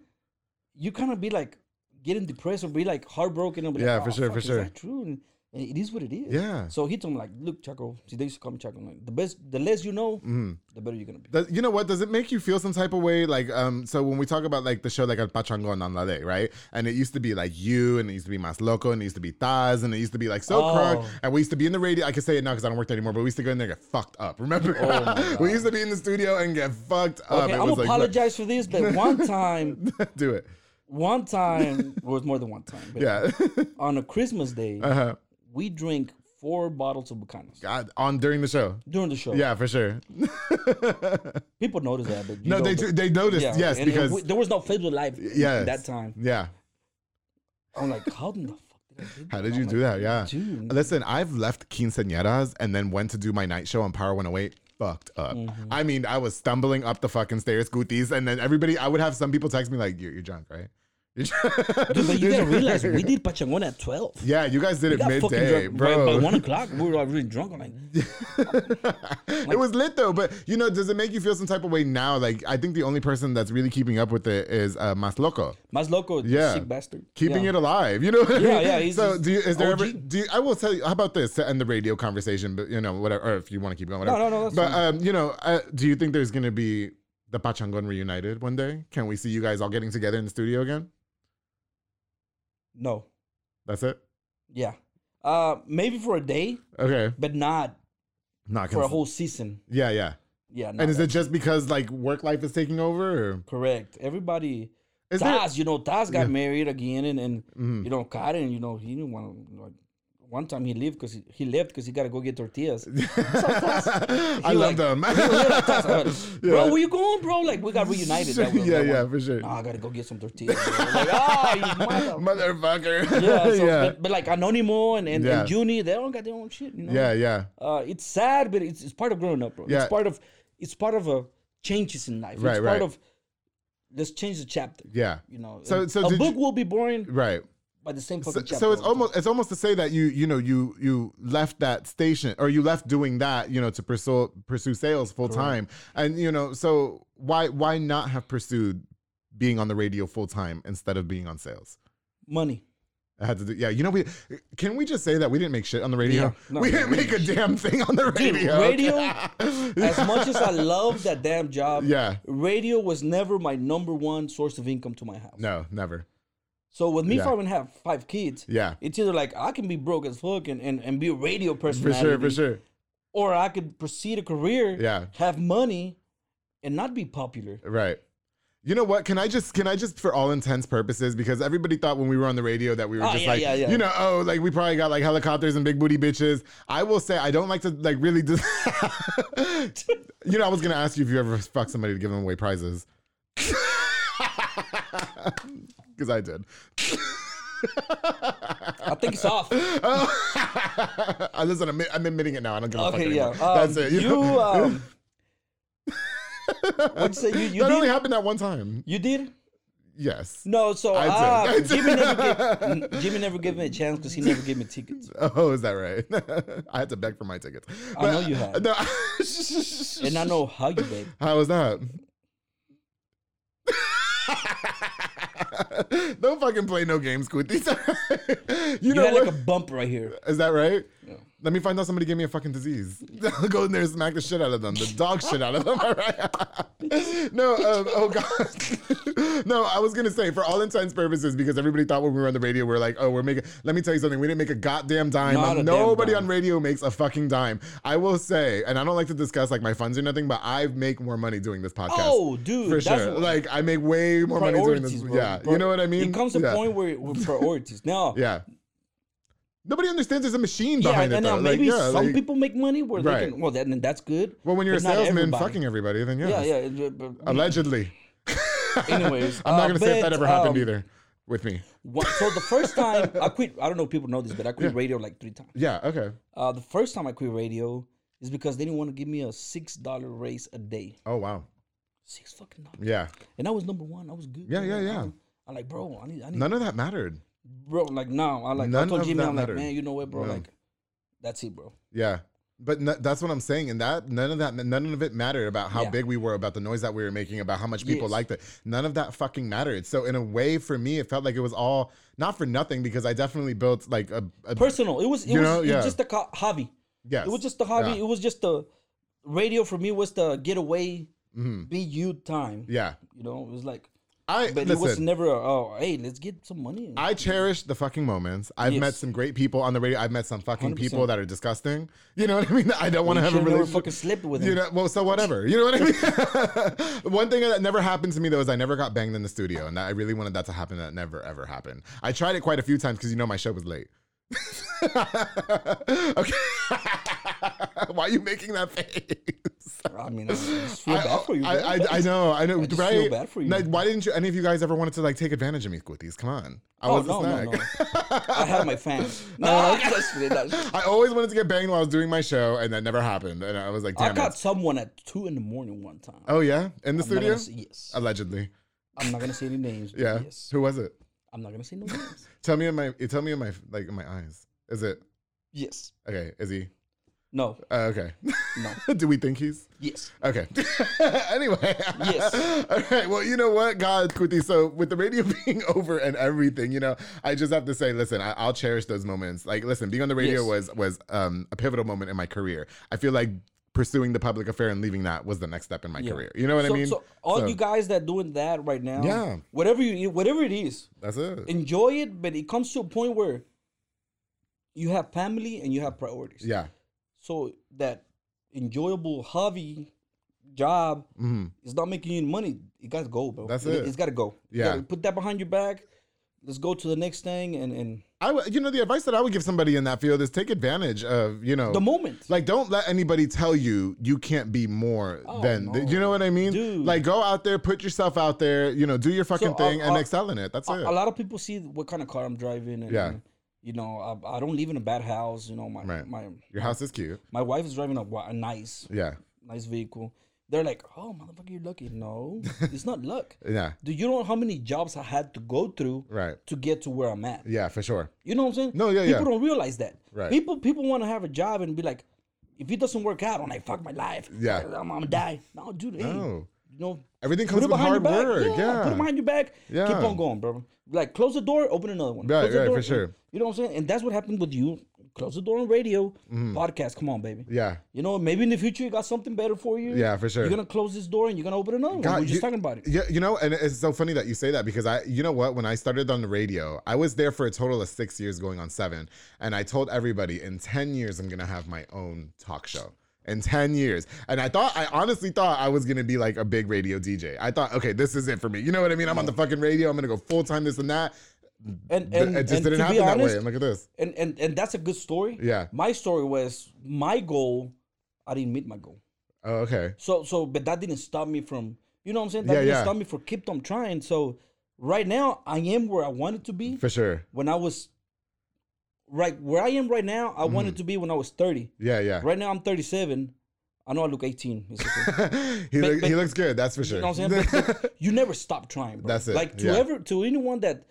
S2: you kind of be like getting depressed or be like heartbroken. And be
S1: Yeah,
S2: like,
S1: for
S2: "Oh,
S1: sure, for
S2: fuck, is
S1: sure."
S2: that true? And, and it is what it is.
S1: Yeah.
S2: So he told me like, look, Chaco, see, they used to call me Chaco. Like, the best, the less you know,
S1: Mm-hmm.
S2: the better you're going to be.
S1: Does- you know what? Does it make you feel some type of way? Like, um, so when we talk about like the show like El Pachangon on La Ley, right? And it used to be like you, and it used to be Mas Loco, and it used to be Taz, and it used to be like So
S2: Oh.
S1: Crunk, and we used to be in the radio. I can say it now because I don't work there anymore, but we used to go in there and get fucked up. Remember? we used to be in the studio and get fucked up.
S2: Oh Okay,
S1: It
S2: I'm
S1: was
S2: gonna
S1: like,
S2: apologize for this, but one time
S1: look, do it.
S2: one time well, it was more than one time but
S1: Yeah.
S2: on a christmas day
S1: uh-huh.
S2: we drink four bottles of bucanos
S1: God, on during the show.
S2: during the show
S1: Yeah, for sure.
S2: people notice that but you
S1: No,
S2: know,
S1: they
S2: but-
S1: they noticed.
S2: yeah,
S1: yes,
S2: and- and
S1: because
S2: we- there was no facebook live
S1: yes,
S2: yeah that time
S1: Yeah.
S2: i'm like how in the fuck did i do that
S1: How did
S2: I'm
S1: you
S2: like,
S1: do that? Yeah.
S2: dude
S1: Listen, I've left quinceañeras and then went to do my night show on Power 108. Fucked up.
S2: Mm-hmm.
S1: I mean, I was stumbling up the fucking stairs, Gutis, and then everybody. I would have some people text me like, "You're, you're drunk, right?" You're drunk."
S2: Dude, but you gotta realize we did pachangona at 12
S1: yeah, you guys did
S2: we
S1: it
S2: got fucking
S1: midday,
S2: drunk
S1: bro.
S2: By, by one o'clock we were already drunk I'm like
S1: it was lit though, but you know, does it make you feel some type of way now? Like, I think the only person that's really keeping up with it is uh, Mas Loco.
S2: mas loco
S1: Yeah.
S2: sick bastard
S1: keeping
S2: Yeah.
S1: it alive. You know. What I
S2: Yeah,
S1: mean?
S2: yeah, he's
S1: so
S2: just
S1: do you, is there
S2: OG.
S1: ever? Do you, I will tell you. How about this to end the radio conversation? But you know, whatever. Or if you want to keep going, whatever.
S2: no, no, that's
S1: But
S2: fine.
S1: um, you know, uh, do you think there's gonna be the Pachangon reunited one day? Can we see you guys all getting together in the studio again?
S2: no
S1: That's it.
S2: yeah uh maybe for a day
S1: Okay.
S2: but not
S1: Not
S2: for a
S1: cons-
S2: whole season
S1: Yeah, yeah.
S2: yeah no,
S1: And is it just because like work life is taking over? Or
S2: Correct. Everybody.
S1: is there?
S2: Taz, you know, Taz got married again, and, and
S1: Mhm.
S2: you know, Karen, you know, he didn't want to. Like, one time he left because he, he left because he got to go get tortillas. He
S1: I
S2: He
S1: love
S2: like-
S1: them.
S2: left Taz, I'm like, Bro,
S1: Yeah.
S2: where you going, bro? Like we got reunited. That was,
S1: yeah,
S2: that
S1: yeah,
S2: one.
S1: for sure.
S2: Nah, I gotta go get some tortillas. Bro. Like, ah, you mother-
S1: Motherfucker.
S2: Yeah, so,
S1: yeah.
S2: But, but like Anonimo and and,
S1: Yeah.
S2: and Juni, they all got their own shit. You know.
S1: yeah, yeah.
S2: Uh, it's sad, but it's, it's part of growing up, bro.
S1: Yeah.
S2: It's part of it's part of a changes in life.
S1: Right,
S2: it's
S1: right.
S2: part of let's change the chapter.
S1: Yeah.
S2: You know,
S1: So-
S2: so,
S1: so
S2: a
S1: did
S2: book
S1: you-
S2: will be boring
S1: Right.
S2: by the same
S1: So,
S2: fucking chapter.
S1: so it's
S2: all the time.
S1: almost it's almost to say that you you know you you left that station or you left doing that you know to pursue pursue sales full time and you know so why why not have pursued being on the radio full time instead of being on sales
S2: money.
S1: I had to do, yeah, you know, we can we just say that we didn't make shit on the radio?
S2: Yeah, no,
S1: we
S2: no,
S1: didn't
S2: we
S1: make a damn thing on the
S2: Dude,
S1: radio.
S2: radio, as much as I love that damn job,
S1: Yeah.
S2: radio was never my number one source of income to my house.
S1: No, never.
S2: So with me
S1: Yeah.
S2: having have five kids,
S1: Yeah.
S2: it's either like I can be broke as fuck and, and, and be a radio
S1: For
S2: personality,
S1: sure, for sure.
S2: or I could proceed a career,
S1: Yeah.
S2: have money, and not be popular.
S1: Right. You know what? Can I just can I just for all intents purposes because everybody thought when we were on the radio that we were
S2: Oh,
S1: just
S2: yeah,
S1: like
S2: yeah, yeah.
S1: you know oh like we probably got like helicopters and big booty bitches. I will say I don't like to like really dis- You know I was going to ask you if you ever fucked somebody to give them away prizes. Cuz I did.
S2: I think it's off.
S1: Oh. I listen I'm, I'm admitting it now. I don't give a fuck
S2: Okay, yeah.
S1: anymore.
S2: Um,
S1: That's it.
S2: You,
S1: know?
S2: um, what'd you say? You, you
S1: that
S2: did?
S1: only happened that one time.
S2: you did?
S1: Yes.
S2: No, so
S1: I
S2: uh,
S1: did. I
S2: Jimmy,
S1: did.
S2: never gave, n- Jimmy never gave me a chance because he never gave me tickets.
S1: Oh, is that right? I had to beg for my tickets.
S2: I know you had.
S1: No,
S2: And I know how you beg.
S1: How was that? Don't fucking play no games, Cooties. you
S2: You,
S1: know
S2: had
S1: what?
S2: like a bump right here.
S1: Is that right? Let me find out somebody gave me a fucking disease. I'll go in there and smack the shit out of them, the dog shit out of them. All right. no, um, oh god. no, I was gonna say for all intents purposes because everybody thought when we were on the radio we are like, oh, we're making. Let me tell you something. We didn't make a goddamn dime.
S2: Not a damn
S1: Nobody
S2: dime.
S1: on radio makes a fucking dime. I will say, and I don't like to discuss like my funds or nothing, but I make more money doing this podcast.
S2: Oh, dude,
S1: for
S2: that's
S1: sure.
S2: what-
S1: Like I make way more money doing this.
S2: Priorities, bro.
S1: Yeah,
S2: Pri-
S1: you know what I mean.
S2: It comes to
S1: yeah.
S2: a point where, with priorities. Now,
S1: Yeah. Nobody understands there's a machine
S2: yeah,
S1: behind
S2: and
S1: it though.
S2: now
S1: Like,
S2: maybe
S1: yeah,
S2: some
S1: like-
S2: people make money where
S1: Right.
S2: they can. Well, that, then that's good.
S1: Well, when you're a
S2: but not
S1: salesman
S2: everybody.
S1: fucking everybody, then yes.
S2: Yeah, yeah. it- but-
S1: Allegedly.
S2: Anyways,
S1: I'm not
S2: uh,
S1: gonna say if
S2: but,
S1: that ever happened
S2: um,
S1: either with me.
S2: One, so the first time I quit, I don't know if people know this, but I quit radio like three times.
S1: Yeah. Okay.
S2: Uh, the first time I quit radio is because they didn't want to give me a six dollar raise a day.
S1: Oh wow.
S2: Six fucking dollars.
S1: Yeah.
S2: And I was number one. I was good.
S1: Yeah,
S2: bro.
S1: yeah,
S2: I
S1: yeah.
S2: was- I'm like, bro, I need, I need,
S1: None of that mattered.
S2: bro, like, no, I like,
S1: None
S2: I told
S1: of
S2: Jimmy,
S1: that
S2: I'm
S1: mattered.
S2: like, man, you know what, bro,
S1: No.
S2: like, that's it, bro.
S1: Yeah. But no, that's what I'm saying, and that none of that, none of it mattered about how
S2: Yeah.
S1: big we were, about the noise that we were making, about how much people
S2: Yes.
S1: liked it. None of that fucking mattered. So in a way, for me, it felt like it was all not for nothing because I definitely built like a, a
S2: Personal. It was, it
S1: You
S2: was,
S1: know,
S2: it
S1: yeah.
S2: was just a co- hobby.
S1: yes,
S2: It was just a hobby.
S1: Yeah.
S2: It was just a radio for me was the get away, be you time.
S1: Mm-hmm. yeah.
S2: You know, it was like,
S1: I
S2: but
S1: listen,
S2: it was never, a, oh, hey, let's get some money.
S1: I cherish the fucking moments. I've
S2: Yes.
S1: met some great people on the radio. I've met some fucking
S2: 100%.
S1: people that are disgusting. You know what I mean? I don't want to have a
S2: should've never
S1: relationship.
S2: fucking slept with
S1: You
S2: him.
S1: know, well, so whatever. You know what I mean? One thing that never happened to me though is I never got banged in the studio, and I really wanted that to happen. That never ever happened. I tried it quite a few times because you know my show was late. okay. Why are you making that face?
S2: I mean, I just feel bad for you.
S1: I,
S2: bro.
S1: I, I know, I know,
S2: I just
S1: right?
S2: feel bad for you.
S1: Like, why didn't you? Any of you guys ever wanted to like take advantage of me with these? Come on, I
S2: oh,
S1: was a
S2: no, no,
S1: snack.
S2: no. I have my fans. No, no, that's, that's,
S1: I always wanted to get banged while I was doing my show, and that never happened. And I was like,
S2: I
S1: damn
S2: caught
S1: it.
S2: someone at two in the morning one time.
S1: Oh yeah, in the
S2: I'm not
S1: studio,
S2: gonna say, yes.
S1: allegedly.
S2: I'm not gonna say any names. but
S1: Yeah.
S2: Yes.
S1: Who was it?
S2: I'm not gonna say no names.
S1: Tell me in my. Tell me in my like in my eyes. Is it
S2: yes.
S1: okay? Is he?
S2: No.
S1: Uh, okay.
S2: No.
S1: Do we think he's?
S2: Yes.
S1: Okay. anyway.
S2: Yes.
S1: All right. Well, you know what, God, Kuti. So with the radio being over and everything, you know, I just have to say, listen, I, I'll cherish those moments. Like, listen, being on the radio
S2: Yes.
S1: was was um, a pivotal moment in my career. I feel like pursuing the public affair and leaving that was the next step in my
S2: Yeah.
S1: career. You know what
S2: so,
S1: I mean?
S2: so all
S1: So,
S2: you guys that doing that right now,
S1: Yeah.
S2: whatever you whatever it is,
S1: that's it.
S2: enjoy it. But it comes to a point where you have family and you have priorities.
S1: Yeah.
S2: So that enjoyable hobby job
S1: Mhm.
S2: is not making you any money. It gotta go, bro.
S1: That's it.
S2: It's gotta go. You
S1: Yeah.
S2: gotta put that behind your back. Let's go to the next thing and and
S1: I w- you know the advice that I would give somebody in that field is take advantage of you know
S2: the moment.
S1: Oh. Like, don't let anybody tell you you can't be more
S2: Oh,
S1: than
S2: no.
S1: you know what I mean.
S2: Dude.
S1: Like, go out there, put yourself out there, you know, do your fucking
S2: So, uh,
S1: thing, and
S2: uh,
S1: excel in it. That's it.
S2: a, a lot of people see what kind of car I'm driving, and
S1: Yeah.
S2: you know, I, I don't live in a bad house. You know, my
S1: Right.
S2: my
S1: your house is cute.
S2: my wife is driving a, wa- a nice
S1: Yeah,
S2: nice vehicle. They're like, oh motherfucker, you're lucky. No, it's not luck.
S1: yeah,
S2: Do you know how many jobs I had to go through
S1: right.
S2: to get to where I'm at?
S1: Yeah, for sure.
S2: You know what I'm saying?
S1: No, yeah,
S2: People
S1: yeah.
S2: don't realize that.
S1: Right.
S2: People people want to have a job and be like, if it doesn't work out, I'm like, fuck my life.
S1: Yeah.
S2: I'm, I'm gonna die. No, dude. Hey,
S1: No.
S2: You know,
S1: Oh. Everything
S2: put
S1: comes
S2: it
S1: with
S2: behind your
S1: hard
S2: back.
S1: work.
S2: Yeah, put it behind your back. Keep
S1: Yeah.
S2: on going, brother. Like close the door, open another one.
S1: Right,
S2: Close the
S1: right,
S2: door,
S1: for sure.
S2: You know what I'm saying? And that's what happened with you. Close the door on radio, podcast. Come on, baby.
S1: Mm-hmm. yeah.
S2: You know, maybe in the future you got something better for you.
S1: Yeah, for sure.
S2: You're gonna close this door and you're gonna open another one. We We're just
S1: you-
S2: talking about it.
S1: Yeah, you know, and it's so funny that you say that because I, you know what, when I started on the radio, I was there for a total of six years, going on seven, and I told everybody in ten years I'm gonna have my own talk show. In ten years, and I thought I honestly thought I was gonna be like a big radio DJ. I thought, okay, this is it for me. You know what I mean? I'm on the fucking radio. I'm gonna go full time this and that.
S2: And
S1: Th-
S2: Mm-hmm. and,
S1: it just
S2: and
S1: didn't
S2: to
S1: happen
S2: be honest,
S1: that way. And look at this.
S2: and and and that's a good story.
S1: Yeah.
S2: My story was my goal. I didn't meet my goal.
S1: Oh, okay.
S2: So so, but that didn't stop me from you know what I'm saying. That
S1: Yeah,
S2: didn't
S1: yeah.
S2: stop me from keep on trying. So right now I am where I wanted to be.
S1: For sure.
S2: When I was right where I am right now,
S1: Mm-hmm.
S2: I wanted to be when I was 30.
S1: Yeah, yeah.
S2: Right now I'm 37. I know I look 18. It's okay.
S1: he, look, he
S2: but-
S1: looks good. That's for sure.
S2: You know what I'm saying? But- but you never stop trying, bro.
S1: That's it,
S2: Like to
S1: yeah.
S2: ever to anyone that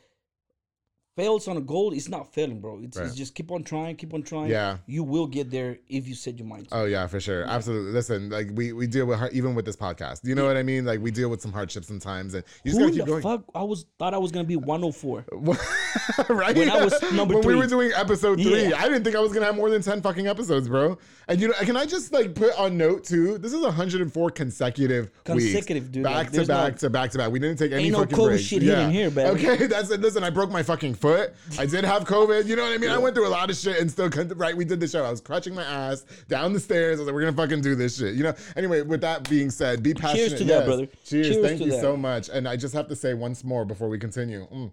S2: fails on a goal, it's not failing, bro. It's,
S1: Right.
S2: it's just keep on trying, keep on trying.
S1: Yeah.
S2: You will get there if you set your mind to. it.
S1: Oh yeah, for sure, absolutely. Listen, like we we deal with har- even with this podcast. You know what I mean? Like we deal with some hardships sometimes, and you just
S2: Who
S1: gotta
S2: in the
S1: keep going.
S2: fuck I was thought I was gonna be 104.
S1: right?
S2: When I was
S1: When
S2: number
S1: we
S2: three.
S1: were doing episode three,
S2: Yeah.
S1: I didn't think I was gonna have more than ten fucking episodes, bro. And you know, can I just like put on note too? This is 104 consecutive, weeks,
S2: Consecutive, dude.
S1: back
S2: Like,
S1: to
S2: there's
S1: back
S2: no-
S1: to back to back. We didn't take any
S2: Ain't no
S1: fucking
S2: COVID
S1: breaks.
S2: shit hidden here, baby.
S1: Okay, that's it. Listen, I broke my fucking foot. I did have COVID. You know what I mean? I went through a lot of shit and still couldn't. Right, we did the show. I was crutching my ass down the stairs. I was like, we're gonna fucking do this shit. You know. Anyway, with that being said, be passionate.
S2: to that,
S1: yes.
S2: brother.
S1: Cheers.
S2: Cheers
S1: Thank
S2: to
S1: you
S2: that.
S1: so much. And I just have to say once more before we continue. Mm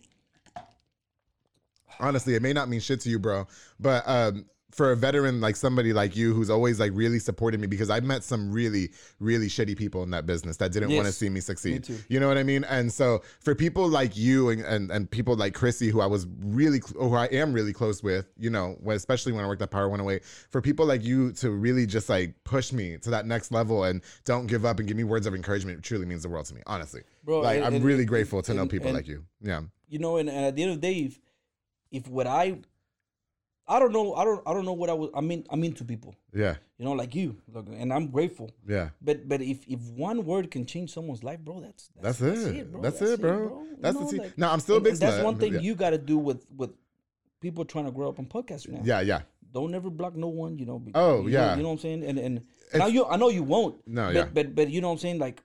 S1: honestly, it may not mean shit to you, bro, but um, for a veteran like somebody like you who's always like really supported me because I met some really, really shitty people in that business that didn't
S2: Yes.
S1: want to see me succeed.
S2: too.
S1: You know what I mean? And so for people like you and, and, and people like Chrissy, who I was really, cl- who I am really close with, you know, when- especially when I worked at Power 108, for people like you to really just like push me to that next level and don't give up and give me words of encouragement truly means the world to me, honestly.
S2: Bro,
S1: like,
S2: and-
S1: I'm
S2: and-
S1: really grateful to know
S2: and-
S1: people
S2: and-
S1: like you. Yeah.
S2: You know, and, and at the end of the day, if if what I I don't know, I don't I don't know what I was I mean I mean to people.
S1: Yeah.
S2: You know, like you. Look, and I'm grateful.
S1: Yeah.
S2: But but if if one word can change someone's life, bro, that's
S1: That's it. That's it, bro.
S2: You
S1: That's
S2: know,
S1: the tea.
S2: like-
S1: no, I'm still a
S2: and-
S1: big
S2: and That's
S1: slut.
S2: one thing
S1: Yeah.
S2: you got to do with with people trying to grow up on podcasts right now.
S1: Yeah, yeah.
S2: Don't ever block no one. You know. be-
S1: Oh,
S2: you know-
S1: yeah.
S2: you know what I'm saying? And and now you, I know you won't.
S1: No,
S2: but,
S1: yeah.
S2: But but you know what I'm saying? Like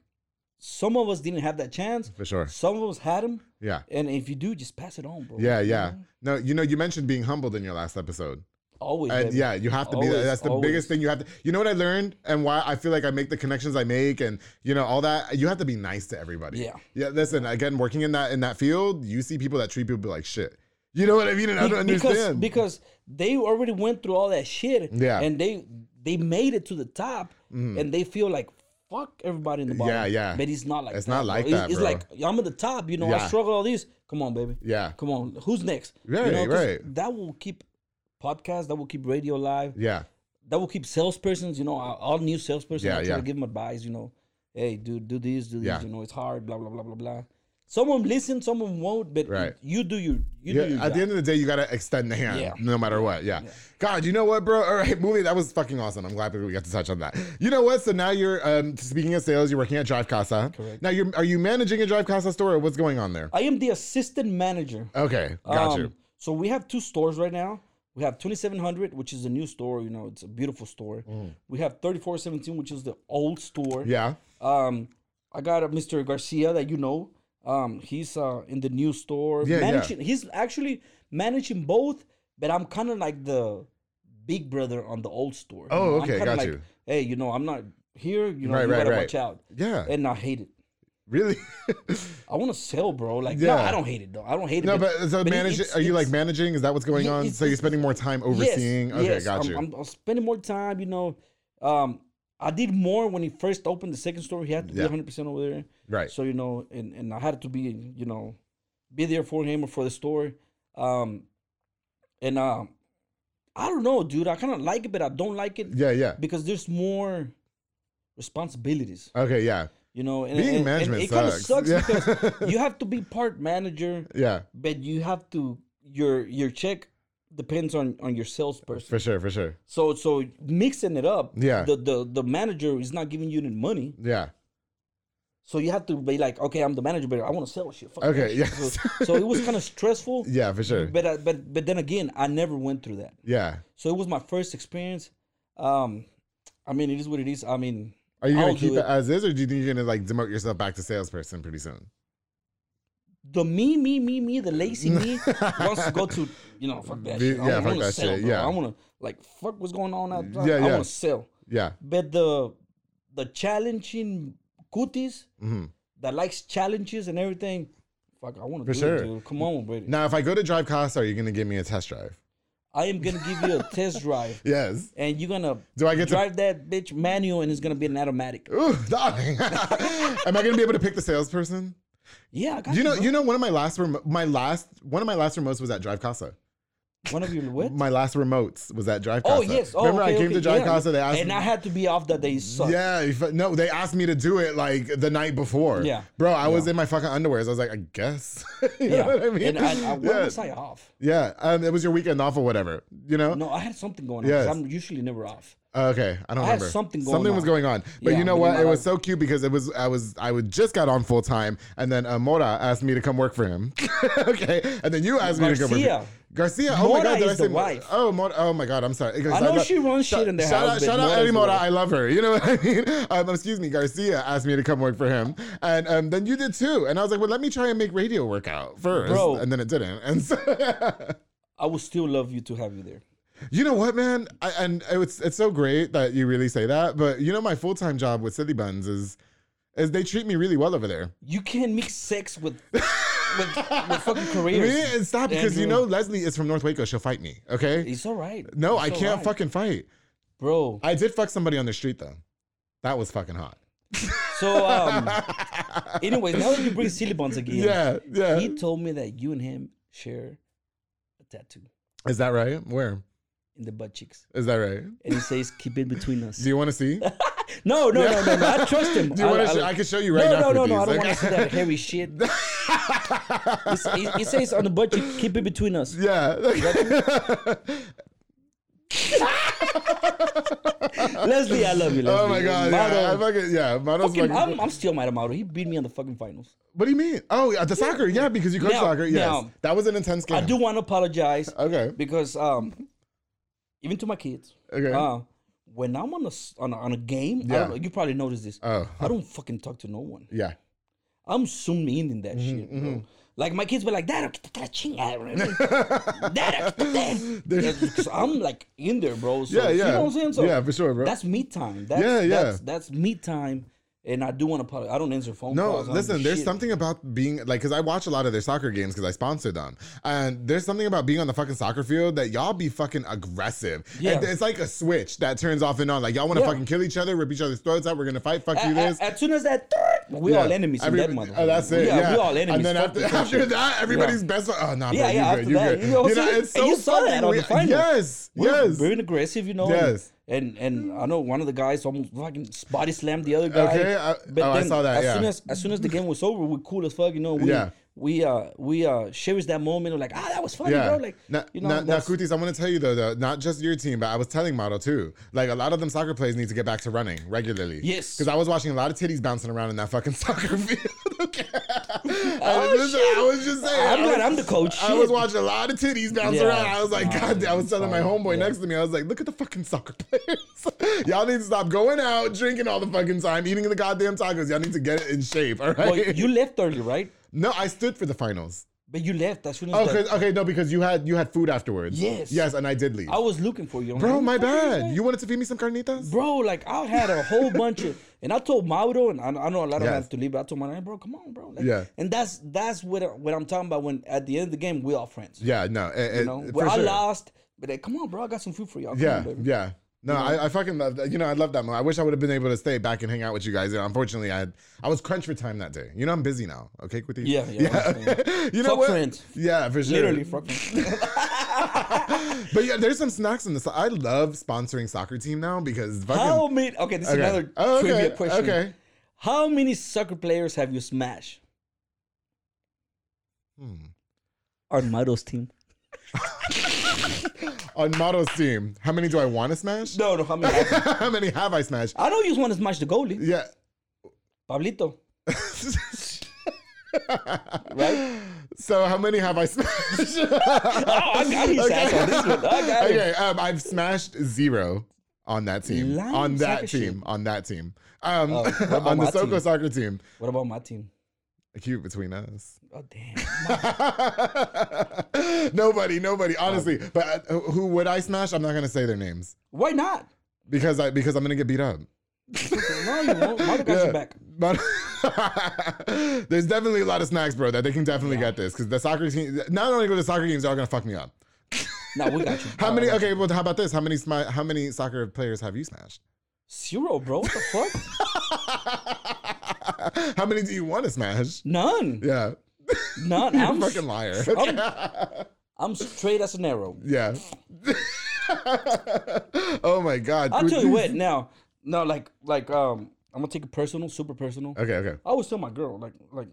S2: some of us didn't have that chance.
S1: For sure.
S2: Some of us had them.
S1: Yeah.
S2: And if you do, just pass it on, bro.
S1: Yeah,
S2: You
S1: yeah.
S2: know?
S1: No, you know, you mentioned being humbled in your last episode.
S2: Always.
S1: And
S2: baby.
S1: yeah, you have to be
S2: Always,
S1: that's the
S2: always.
S1: biggest thing you have to You know what I learned and why I feel like I make the connections I make and you know all that you have to be nice to everybody.
S2: Yeah.
S1: Yeah, listen, again working in that in that field, you see people that treat people like shit. You know what I mean? And I
S2: Be-
S1: don't
S2: because,
S1: understand.
S2: because they already went through all that shit.
S1: Yeah. Mm.
S2: And they they made it to the top, and they feel like fuck everybody in the bottom.
S1: Yeah, yeah.
S2: But it's not like
S1: It's
S2: that,
S1: not
S2: bro.
S1: like
S2: It's-
S1: that,
S2: It's,
S1: bro.
S2: like I'm at the top. You know,
S1: Yeah.
S2: I struggle all these. Come on, baby.
S1: Yeah.
S2: Come on. Who's next? You
S1: Right,
S2: know, 'cause
S1: right.
S2: That will keep podcasts. That will keep radio live.
S1: yeah.
S2: That will keep salespersons. You know, all all new salespersons.
S1: Yeah,
S2: I try
S1: yeah.
S2: to give them advice. You know, hey, dude, do this, do this.
S1: Yeah.
S2: You know, it's hard. Blah blah blah blah blah. Someone listen, someone won't. But
S1: Right.
S2: you do your you
S1: Yeah,
S2: do your
S1: at
S2: job.
S1: the end of the day, you gotta extend the hand,
S2: Yeah.
S1: no matter what. Yeah. God, you know what, bro? All right, movie. That was fucking awesome. I'm glad that we got to touch on that. You know what? So now you're um, speaking of sales. You're working at Drive Casa.
S2: Correct.
S1: Now you're are you managing a Drive Casa store? or What's going on there?
S2: I am the assistant manager.
S1: Okay, got you.
S2: Um, So we have two stores right now. We have 2700, which is a new store. You know, it's a beautiful store. We have 3417, which is the old store.
S1: Mm. Yeah.
S2: Um, I got a Mr. Garcia that you know. Um, he's uh in the new store.
S1: Yeah, yeah.
S2: managing, He's actually managing both, but I'm kind of like the big brother on the old store. you
S1: Oh,
S2: know? I'm
S1: okay,
S2: kinda
S1: got
S2: like,
S1: you.
S2: Hey, you know, I'm not here. You know,
S1: Right,
S2: you
S1: right,
S2: gotta
S1: right.
S2: watch out.
S1: Yeah.
S2: And I hate it.
S1: Really?
S2: I want to sell, bro. Like, no,
S1: Yeah.
S2: I don't hate it though. I don't hate it.
S1: no, but so
S2: but it-
S1: manage.
S2: it's-
S1: Are you like
S2: it's-
S1: managing? Is that what's going
S2: Yeah,
S1: on?
S2: it's-
S1: So you're
S2: it's-
S1: spending more time overseeing.
S2: Yes,
S1: okay,
S2: yes.
S1: got
S2: I'm,
S1: you.
S2: I'm, I'm spending more time, you know. Um, I did more when he first opened the second store. He had to
S1: Yeah.
S2: be 100% over there.
S1: right.
S2: So, you know, and, and I had to be, you know, be there for him or for the store. Um, and um, I don't know, dude. I kind of like it, but I don't like it
S1: yeah. Yeah.
S2: because there's more responsibilities,
S1: Okay. Yeah.
S2: you know. And,
S1: Being
S2: and- and
S1: management
S2: it kind of
S1: sucks.
S2: sucks
S1: Yeah.
S2: because you have to be part manager,
S1: Yeah.
S2: but you have to, your your check depends on, on your salesperson.
S1: For sure. For sure.
S2: So so mixing it up,
S1: Yeah.
S2: The the the manager is not giving you any money,
S1: Yeah.
S2: So you have to be like, okay, I'm the manager, but I want to sell shit. Fuck that
S1: Okay,
S2: shit.
S1: yes.
S2: So, so it was kind of stressful.
S1: Yeah, for sure.
S2: But I, but but then again, I never went through that.
S1: Yeah.
S2: So it was my first experience. Um, I mean, it is what it is. I mean,
S1: Are you gonna
S2: I'll do
S1: keep it
S2: it.
S1: as is, or do you think you're gonna like demote yourself back to salesperson pretty soon?
S2: the me, me, me, me, the lazy me wants to go to you know fuck that
S1: Be-
S2: shit. I
S1: yeah,
S2: wanna-
S1: fuck
S2: wanna
S1: that
S2: sell,
S1: shit,
S2: bro.
S1: yeah.
S2: I want to like fuck what's going on out.
S1: Yeah,
S2: there. I
S1: yeah.
S2: want to sell.
S1: Yeah.
S2: But the the challenging cuties
S1: Mhm.
S2: that likes challenges and everything. Fuck, I want to
S1: For
S2: do
S1: sure.
S2: it, dude. Come on, Brady.
S1: Now, if I go to Drive Costa, are you gonna give me a test drive?
S2: I am gonna give you a test drive,
S1: Yes.
S2: and you're gonna
S1: Do I get to-
S2: drive that bitch manual, and it's gonna be an automatic.
S1: Ooh, darling. Am I gonna be able to pick the salesperson?
S2: Yeah, I got
S1: You know,
S2: bro.
S1: you know, one of my last remo- my last one of my last remotes was at Drive Casa.
S2: one of your what?
S1: My last remotes was at Drive Casa.
S2: Oh yes. Oh,
S1: Remember,
S2: okay,
S1: I came to
S2: okay,
S1: Drive
S2: yeah.
S1: Casa. They asked
S2: and
S1: me.
S2: I had to be off that day. Suck. Yeah.
S1: yeah, if, no, they asked me to do it like the night before.
S2: Yeah.
S1: bro, I was in my fucking underwear. So I was like, I guess. you know what I mean?
S2: And I, I, when
S1: yeah,
S2: was I off?
S1: yeah. Um, it was your weekend off or whatever. You know?
S2: No, I had something going on. 'cause
S1: Yes.
S2: I'm usually never off.
S1: Oh, Okay, I don't
S2: I had
S1: remember.
S2: something going
S1: something was
S2: on.
S1: going on, but
S2: Yeah,
S1: you know
S2: but in
S1: what?
S2: my
S1: It was
S2: life-
S1: so cute because it was I was I would just got on full time, and then uh, Mora asked me to come work for him. okay, and then you asked me to come work.
S2: Garcia.
S1: Garcia, oh my
S2: Mora
S1: god, did
S2: is
S1: I say
S2: the
S1: Mora?
S2: wife.
S1: Oh, Mora, oh my god, I'm sorry. Guys,
S2: I know
S1: love-
S2: she runs shit in the
S1: shout
S2: house,
S1: Out,
S2: but
S1: shout out
S2: Mora's
S1: Eddie
S2: the
S1: Mora,
S2: wife.
S1: I love her. You know what I mean? Um, excuse me, Garcia asked me to come work for him, and um, then you did too. And I was like, well, let me try and make radio work out first,
S2: Bro.
S1: and then it didn't. And so.
S2: I would still love you to have you there.
S1: You know what, man? I, and it's it's so great that you really say that. But you know, my full time job with Silly Buns is is they treat me really well over there.
S2: You can't mix sex with with, with fucking careers.
S1: Really? And stop because you know
S2: Andrew.
S1: Leslie is from North Waco. She'll fight me. Okay.
S2: It's all right.
S1: No, I
S2: It's all
S1: can't
S2: right.
S1: fucking fight.
S2: bro.
S1: I did fuck somebody on the street though. That was fucking hot.
S2: So um, anyway, now that you bring silly buns again,
S1: Yeah, yeah.
S2: he told me that you and him share a tattoo
S1: Is that right? Where?
S2: in the butt cheeks,
S1: Is that right?
S2: and he says, "Keep it between us."
S1: Do you want to see?
S2: No, no, no, no, no. I trust him.
S1: Do you
S2: I,
S1: wanna
S2: I-
S1: show- I can show you right
S2: no,
S1: now
S2: No, no,
S1: for
S2: no,
S1: these,
S2: I don't want
S1: like-
S2: to see that hairy shit. It's- it, it says on the budget, keep it between us.
S1: yeah.
S2: Leslie, I love you. Leslie.
S1: oh my god. Yeah. I
S2: Mado,
S1: fucking yeah. Model's
S2: fucking,
S1: fucking.
S2: I'm, I'm still mad at Mauro. He beat me on the fucking finals.
S1: What do you mean? Oh, yeah, the soccer. Yeah, because you coach
S2: Now-
S1: soccer. Yes.
S2: now-
S1: that was an intense game.
S2: I do want to apologize
S1: Okay.
S2: because um, even to my kids,
S1: Okay.
S2: uh, when I'm on a s- on a, on a game, I
S1: Yeah.
S2: don't know, you probably noticed this.
S1: Oh.
S2: I don't fucking talk to no one.
S1: yeah.
S2: I'm zoomed in in that
S1: Mm-hmm,
S2: shit, bro. Like my kids were like, "Dad, quítate la chingada, Dad, quítate." Because I'm like in there, bro. So,
S1: Yeah, yeah.
S2: You know what I'm saying? So
S1: yeah, for sure, bro.
S2: That's me time. That's,
S1: Yeah, yeah.
S2: That's, that's me time. And I do want to apologize. I don't answer phone
S1: no,
S2: calls. I don't
S1: listen,
S2: do
S1: there's
S2: shit.
S1: something about being like, because I watch a lot of their soccer games because I sponsor them. And there's something about being on the fucking soccer field that y'all be fucking aggressive.
S2: Yeah.
S1: And it's like a switch that turns off and on. Like, y'all want to
S2: Yeah.
S1: fucking kill each other, rip each other's throats out, we're going to fight, fuck
S2: A-
S1: you
S2: a-
S1: this.
S2: as soon as that, we
S1: Yeah.
S2: all enemies
S1: Every-
S2: in that mother.
S1: Oh, that's it.
S2: Yeah,
S1: Yeah,
S2: we all enemies.
S1: And then
S2: Fuck
S1: after,
S2: this
S1: after
S2: shit.
S1: that, everybody's
S2: Yeah.
S1: best. fri- Oh, nah,
S2: Yeah,
S1: bro,
S2: yeah,
S1: you
S2: after
S1: good. You
S2: that,
S1: good.
S2: you know,
S1: You know,
S2: see?
S1: it's
S2: And
S1: so
S2: you saw that
S1: fucking
S2: on the
S1: weird.
S2: final.
S1: Yes,
S2: We're
S1: yes.
S2: very aggressive, you know. and-
S1: Yes.
S2: And, and I know one of the guys almost fucking body slammed the other guy.
S1: Okay, I- oh, I saw that,
S2: As
S1: yeah.
S2: soon as as soon as the game was over, we cool as fuck, you know. We,
S1: Yeah.
S2: We uh we uh cherish that moment. Like ah, that was funny,
S1: Yeah.
S2: bro. Like
S1: now,
S2: you know.
S1: now, now,
S2: that's-
S1: Kutis, I want to tell you though, though, not just your team, but I was telling Model too. Like a lot of them soccer players need to get back to running regularly.
S2: Yes.
S1: Because I was watching a lot of titties bouncing around in that fucking soccer field. okay. I,
S2: Oh,
S1: was just,
S2: shit.
S1: I was just saying.
S2: I'm
S1: I was,
S2: glad I'm the coach.
S1: I was
S2: Shit.
S1: watching a lot of titties bounce
S2: Yeah.
S1: around. I was like,
S2: Oh,
S1: God, damn. I was telling my
S2: sorry.
S1: homeboy
S2: Yeah.
S1: next to me, I was like, look at the fucking soccer players. Y'all need to stop going out, drinking all the fucking time, eating the goddamn tacos. Y'all need to get in shape. All right.
S2: well, you left early, right?
S1: no, I stood for the finals.
S2: But you left as soon as
S1: Oh,
S2: the-
S1: 'cause- okay, no, because you had you had food afterwards.
S2: Yes.
S1: Yes, and I did leave.
S2: I was looking for you. I'm
S1: Bro,
S2: like,
S1: my
S2: "What the fuck is
S1: bad.
S2: that?"
S1: You wanted to feed me some carnitas?
S2: Bro, like I had a whole bunch of, and I told Mauro, and I, I know a lot
S1: Yes.
S2: of them have to leave, but I told my bro, come on, bro. Like,
S1: Yeah.
S2: And that's that's what I, what I'm talking about. When at the end of the game, we all friends.
S1: Yeah, no, it, it,
S2: You know,
S1: for
S2: where I
S1: sure.
S2: lost, but like, come on, bro, I got some food for y'all. Come
S1: Yeah,
S2: on, baby.
S1: yeah. No, I, I fucking love that. You know, I love that. moment. I wish I would have been able to stay back and hang out with you guys. You know, unfortunately, I had, I was crunch for time that day. You know, I'm busy now. Okay, Kuti.
S2: Yeah, yeah, I understand.
S1: you know
S2: Fuck
S1: what?
S2: friends.
S1: Yeah, for sure.
S2: Literally, fuck me.
S1: But yeah, there's some snacks in this. I love sponsoring soccer team now because fucking.
S2: How many? Okay, this is
S1: Okay.
S2: another
S1: Oh, okay,
S2: trivia question.
S1: okay.
S2: How many soccer players have you smashed
S1: Hmm.
S2: on Mauro's team?
S1: On Motto's team, how many do I want to smash?
S2: No, no, how many? have you-
S1: how many have I smashed?
S2: I know you just want to smash the goalie,
S1: Yeah.
S2: Pablito. Right?
S1: So how many have I smashed?
S2: Oh, I got his ass on this one. I got him.
S1: okay, um, I've smashed zero on that team.
S2: Lying
S1: on that
S2: sack of
S1: team.
S2: shit.
S1: On that team. Um,
S2: Oh, what about
S1: on the
S2: my
S1: Soko
S2: team?
S1: soccer team.
S2: What about my team?
S1: Cute between us.
S2: Oh damn.
S1: nobody, nobody. Honestly,
S2: Um,
S1: but uh, who would I smash? I'm not gonna say their names
S2: Why not?
S1: because I because I'm gonna get beat up.
S2: No, you won't. Mother got
S1: Yeah.
S2: your back.
S1: But there's definitely a lot of snacks, bro. That they can definitely get this because the soccer team. Not only go to soccer games, y'all gonna fuck me up.
S2: No, we got you.
S1: How
S2: Nah,
S1: many?
S2: nah.
S1: Okay, well, how about this? How many? Smi- how many soccer players have you smashed?
S2: Zero, bro. What the fuck?
S1: how many do you want to smash?
S2: None.
S1: Yeah,
S2: None. I'm
S1: fucking liar.
S2: I'm straight as an arrow.
S1: yeah. oh my god.
S2: I'll
S1: Dude,
S2: tell you
S1: these-
S2: what. Now, no, like, like, um, I'm gonna take it personal, super personal.
S1: Okay, okay.
S2: I always tell my girl, like, like,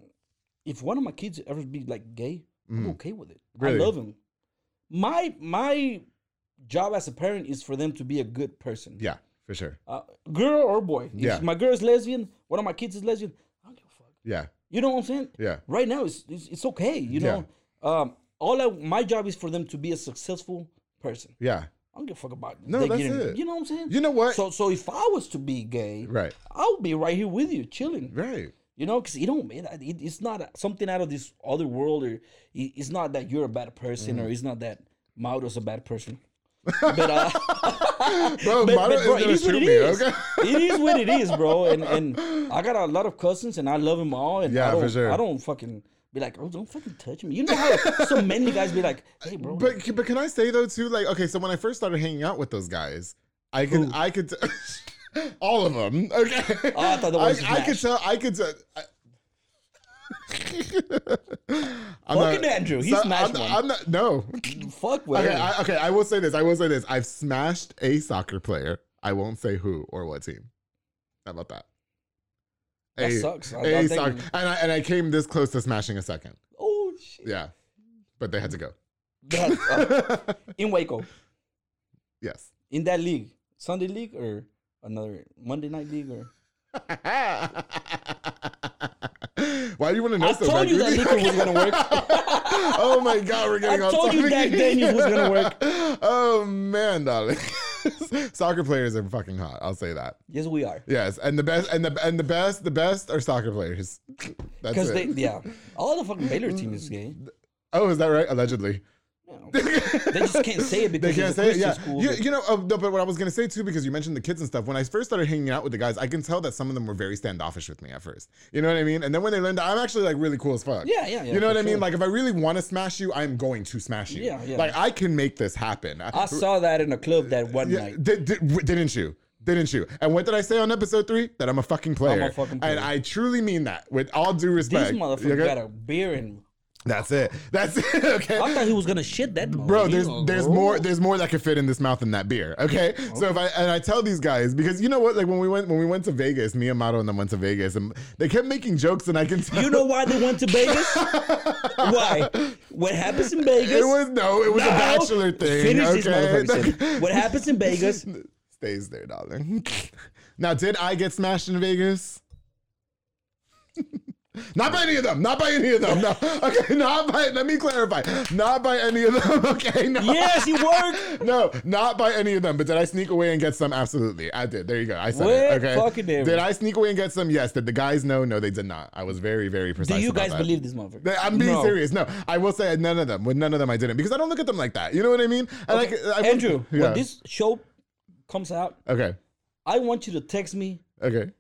S2: if one of my kids ever be like gay, I'm okay with it.
S1: Mm-hmm. Really?
S2: I love him. My my job as a parent is for them to be a good person,
S1: Yeah, for sure.
S2: uh, girl or boy. If
S1: Yeah.
S2: my girl is lesbian, one of my kids is lesbian. I don't give a fuck.
S1: Yeah,
S2: You know what I'm saying?
S1: yeah,
S2: Right now, it's it's, it's okay. You
S1: Yeah.
S2: know, um, all I, my job is for them to be a successful person.
S1: yeah.
S2: I don't give a fuck about
S1: No,
S2: they
S1: that's
S2: getting,
S1: it.
S2: You know what I'm saying?
S1: You know what?
S2: So so if I was to be gay,
S1: right,
S2: I would be right here with you, chilling.
S1: right.
S2: You know, because you don't. It, it, it's not something out of this other world, or it, it's not that you're a bad person,
S1: Mm.
S2: or it's not that Mauro's a bad person. But uh,
S1: Bro,
S2: but,
S1: Mara
S2: but, bro,
S1: is
S2: it
S1: gonna
S2: is
S1: shoot
S2: what it
S1: me.
S2: is.
S1: Okay.
S2: It is what it is, bro. And and I got a lot of cousins, and I love them all. And
S1: Yeah,
S2: I
S1: for
S2: don't,
S1: sure.
S2: I don't fucking be like, oh, don't fucking touch me. You know how some many guys be like, hey, bro.
S1: But c- but can I say though too? Like, okay, so when I first started hanging out with those guys, I could I could t- all of them. Okay.
S2: Oh, I thought the ones you
S1: I, I could
S2: smashed.
S1: tell. I could tell. I, I'm
S2: Fucking Andrew, he smashed
S1: I'm,
S2: one.
S1: I'm not. No.
S2: fuck with
S1: Okay. I, okay. I will say this. I will say this. I've smashed a soccer player. I won't say who or what team. How about that?
S2: That
S1: a,
S2: sucks. I-
S1: a
S2: I think-
S1: soc- and I and I came this close to smashing a second.
S2: Oh shit.
S1: Yeah, but they had to go.
S2: That- uh, in Waco,
S1: Yes.
S2: in that league, Sunday league or another Monday night league or.
S1: Why do you want to know
S2: I
S1: so
S2: told
S1: bad?
S2: you that
S1: Really?
S2: Nico was gonna work.
S1: oh my god, we're getting
S2: I
S1: on
S2: told you
S1: topic.
S2: that Daniel was gonna work.
S1: oh man, darling. soccer players are fucking hot. I'll say that.
S2: yes, we are.
S1: Yes, and the best and the and the best the best are soccer players. That's
S2: Because
S1: it.
S2: they, yeah, all the fucking Baylor team is gay.
S1: oh, is that right? Allegedly.
S2: No. they just can't say it
S1: They
S2: because
S1: can't
S2: it's a
S1: say it.
S2: Christian
S1: Yeah,
S2: school.
S1: you,
S2: but-
S1: you know. Uh, no, but what I was gonna say too, because you mentioned the kids and stuff. When I first started hanging out with the guys, I can tell that some of them were very standoffish with me at first. You know what I mean? And then when they learned, that I'm actually like really cool as fuck.
S2: Yeah, yeah, yeah,
S1: You know
S2: for
S1: what I mean?
S2: sure.
S1: Like if I really want to smash you, I'm going to smash you.
S2: Yeah, yeah.
S1: Like I can make this happen. I-
S2: I saw that in a club that one
S1: yeah,
S2: night.
S1: did, did, didn't you? Didn't you? And what did I say on episode three? That I'm a fucking player.
S2: fucking
S1: And
S2: player.
S1: I truly mean that with all due respect.
S2: This motherfucker
S1: Okay?
S2: got a beer and
S1: That's it. That's it. Okay.
S2: I thought he was gonna shit that.
S1: Bro,
S2: motherfucker.
S1: there's
S2: He-
S1: there's more there's more that could fit in this mouth than that beer. Okay? so if I and I tell these guys because you know what, like when we went when we went to Vegas, me and Mato and them went to Vegas, and they kept making jokes, and I can tell
S2: You know why they went to Vegas? why? What happens in Vegas?
S1: it was no, it was a
S2: No!
S1: bachelor thing.
S2: Finish
S1: okay?
S2: this motherfucker. sentence. what happens in Vegas?
S1: Stays there, darling. now, did I get smashed in Vegas? Not by any of them. Not by any of them. No. Okay. Not by. Let me clarify. Not by any of them. Okay. No.
S2: Yes, he worked.
S1: No, not by any of them. But did I sneak away and get some? Absolutely, I did. There you go. I said it.
S2: Well,
S1: Okay.
S2: fucking damn.
S1: did I sneak away and get some? Yes. Did the guys know? No, they did not. I was very, very precise.
S2: Do you
S1: about
S2: guys
S1: that.
S2: believe this motherfucker?
S1: They- I'm being
S2: No.
S1: serious. No, I will say none of them. With none of them, I didn't because I don't look at them like that. You know what I mean? And
S2: Okay,
S1: I, I,
S2: Andrew,
S1: Yeah.
S2: when this show comes out,
S1: Okay.
S2: I want you to text me
S1: Okay.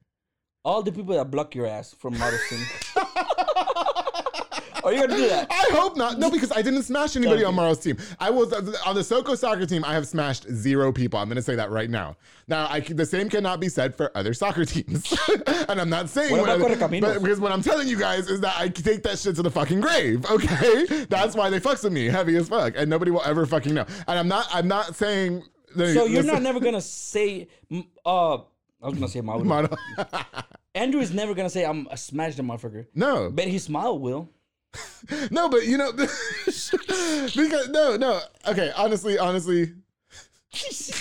S2: all the people that block your ass from Madison. Are you gonna do that?
S1: I hope not. No, because I didn't smash anybody
S2: Okay.
S1: on Morrow's team. I was on the Soko soccer team. I have smashed zero people. I'm going to say that right now. Now, I, c- the same cannot be said for other soccer teams, and I'm not saying
S2: What
S1: what
S2: about
S1: I-
S2: Correcaminos?
S1: but- because what I'm telling you guys is that I c- take that shit to the fucking grave. Okay, that's why they fucks with me heavy as fuck, and nobody will ever fucking know. And I'm not. I'm not saying.
S2: So you're not never gonna say, mm, uh, I was gonna say Mauro. Andrew is never gonna say I'm a smash the motherfucker.
S1: no.
S2: But his smile will.
S1: No, but you know, because no, no. Okay, honestly, honestly,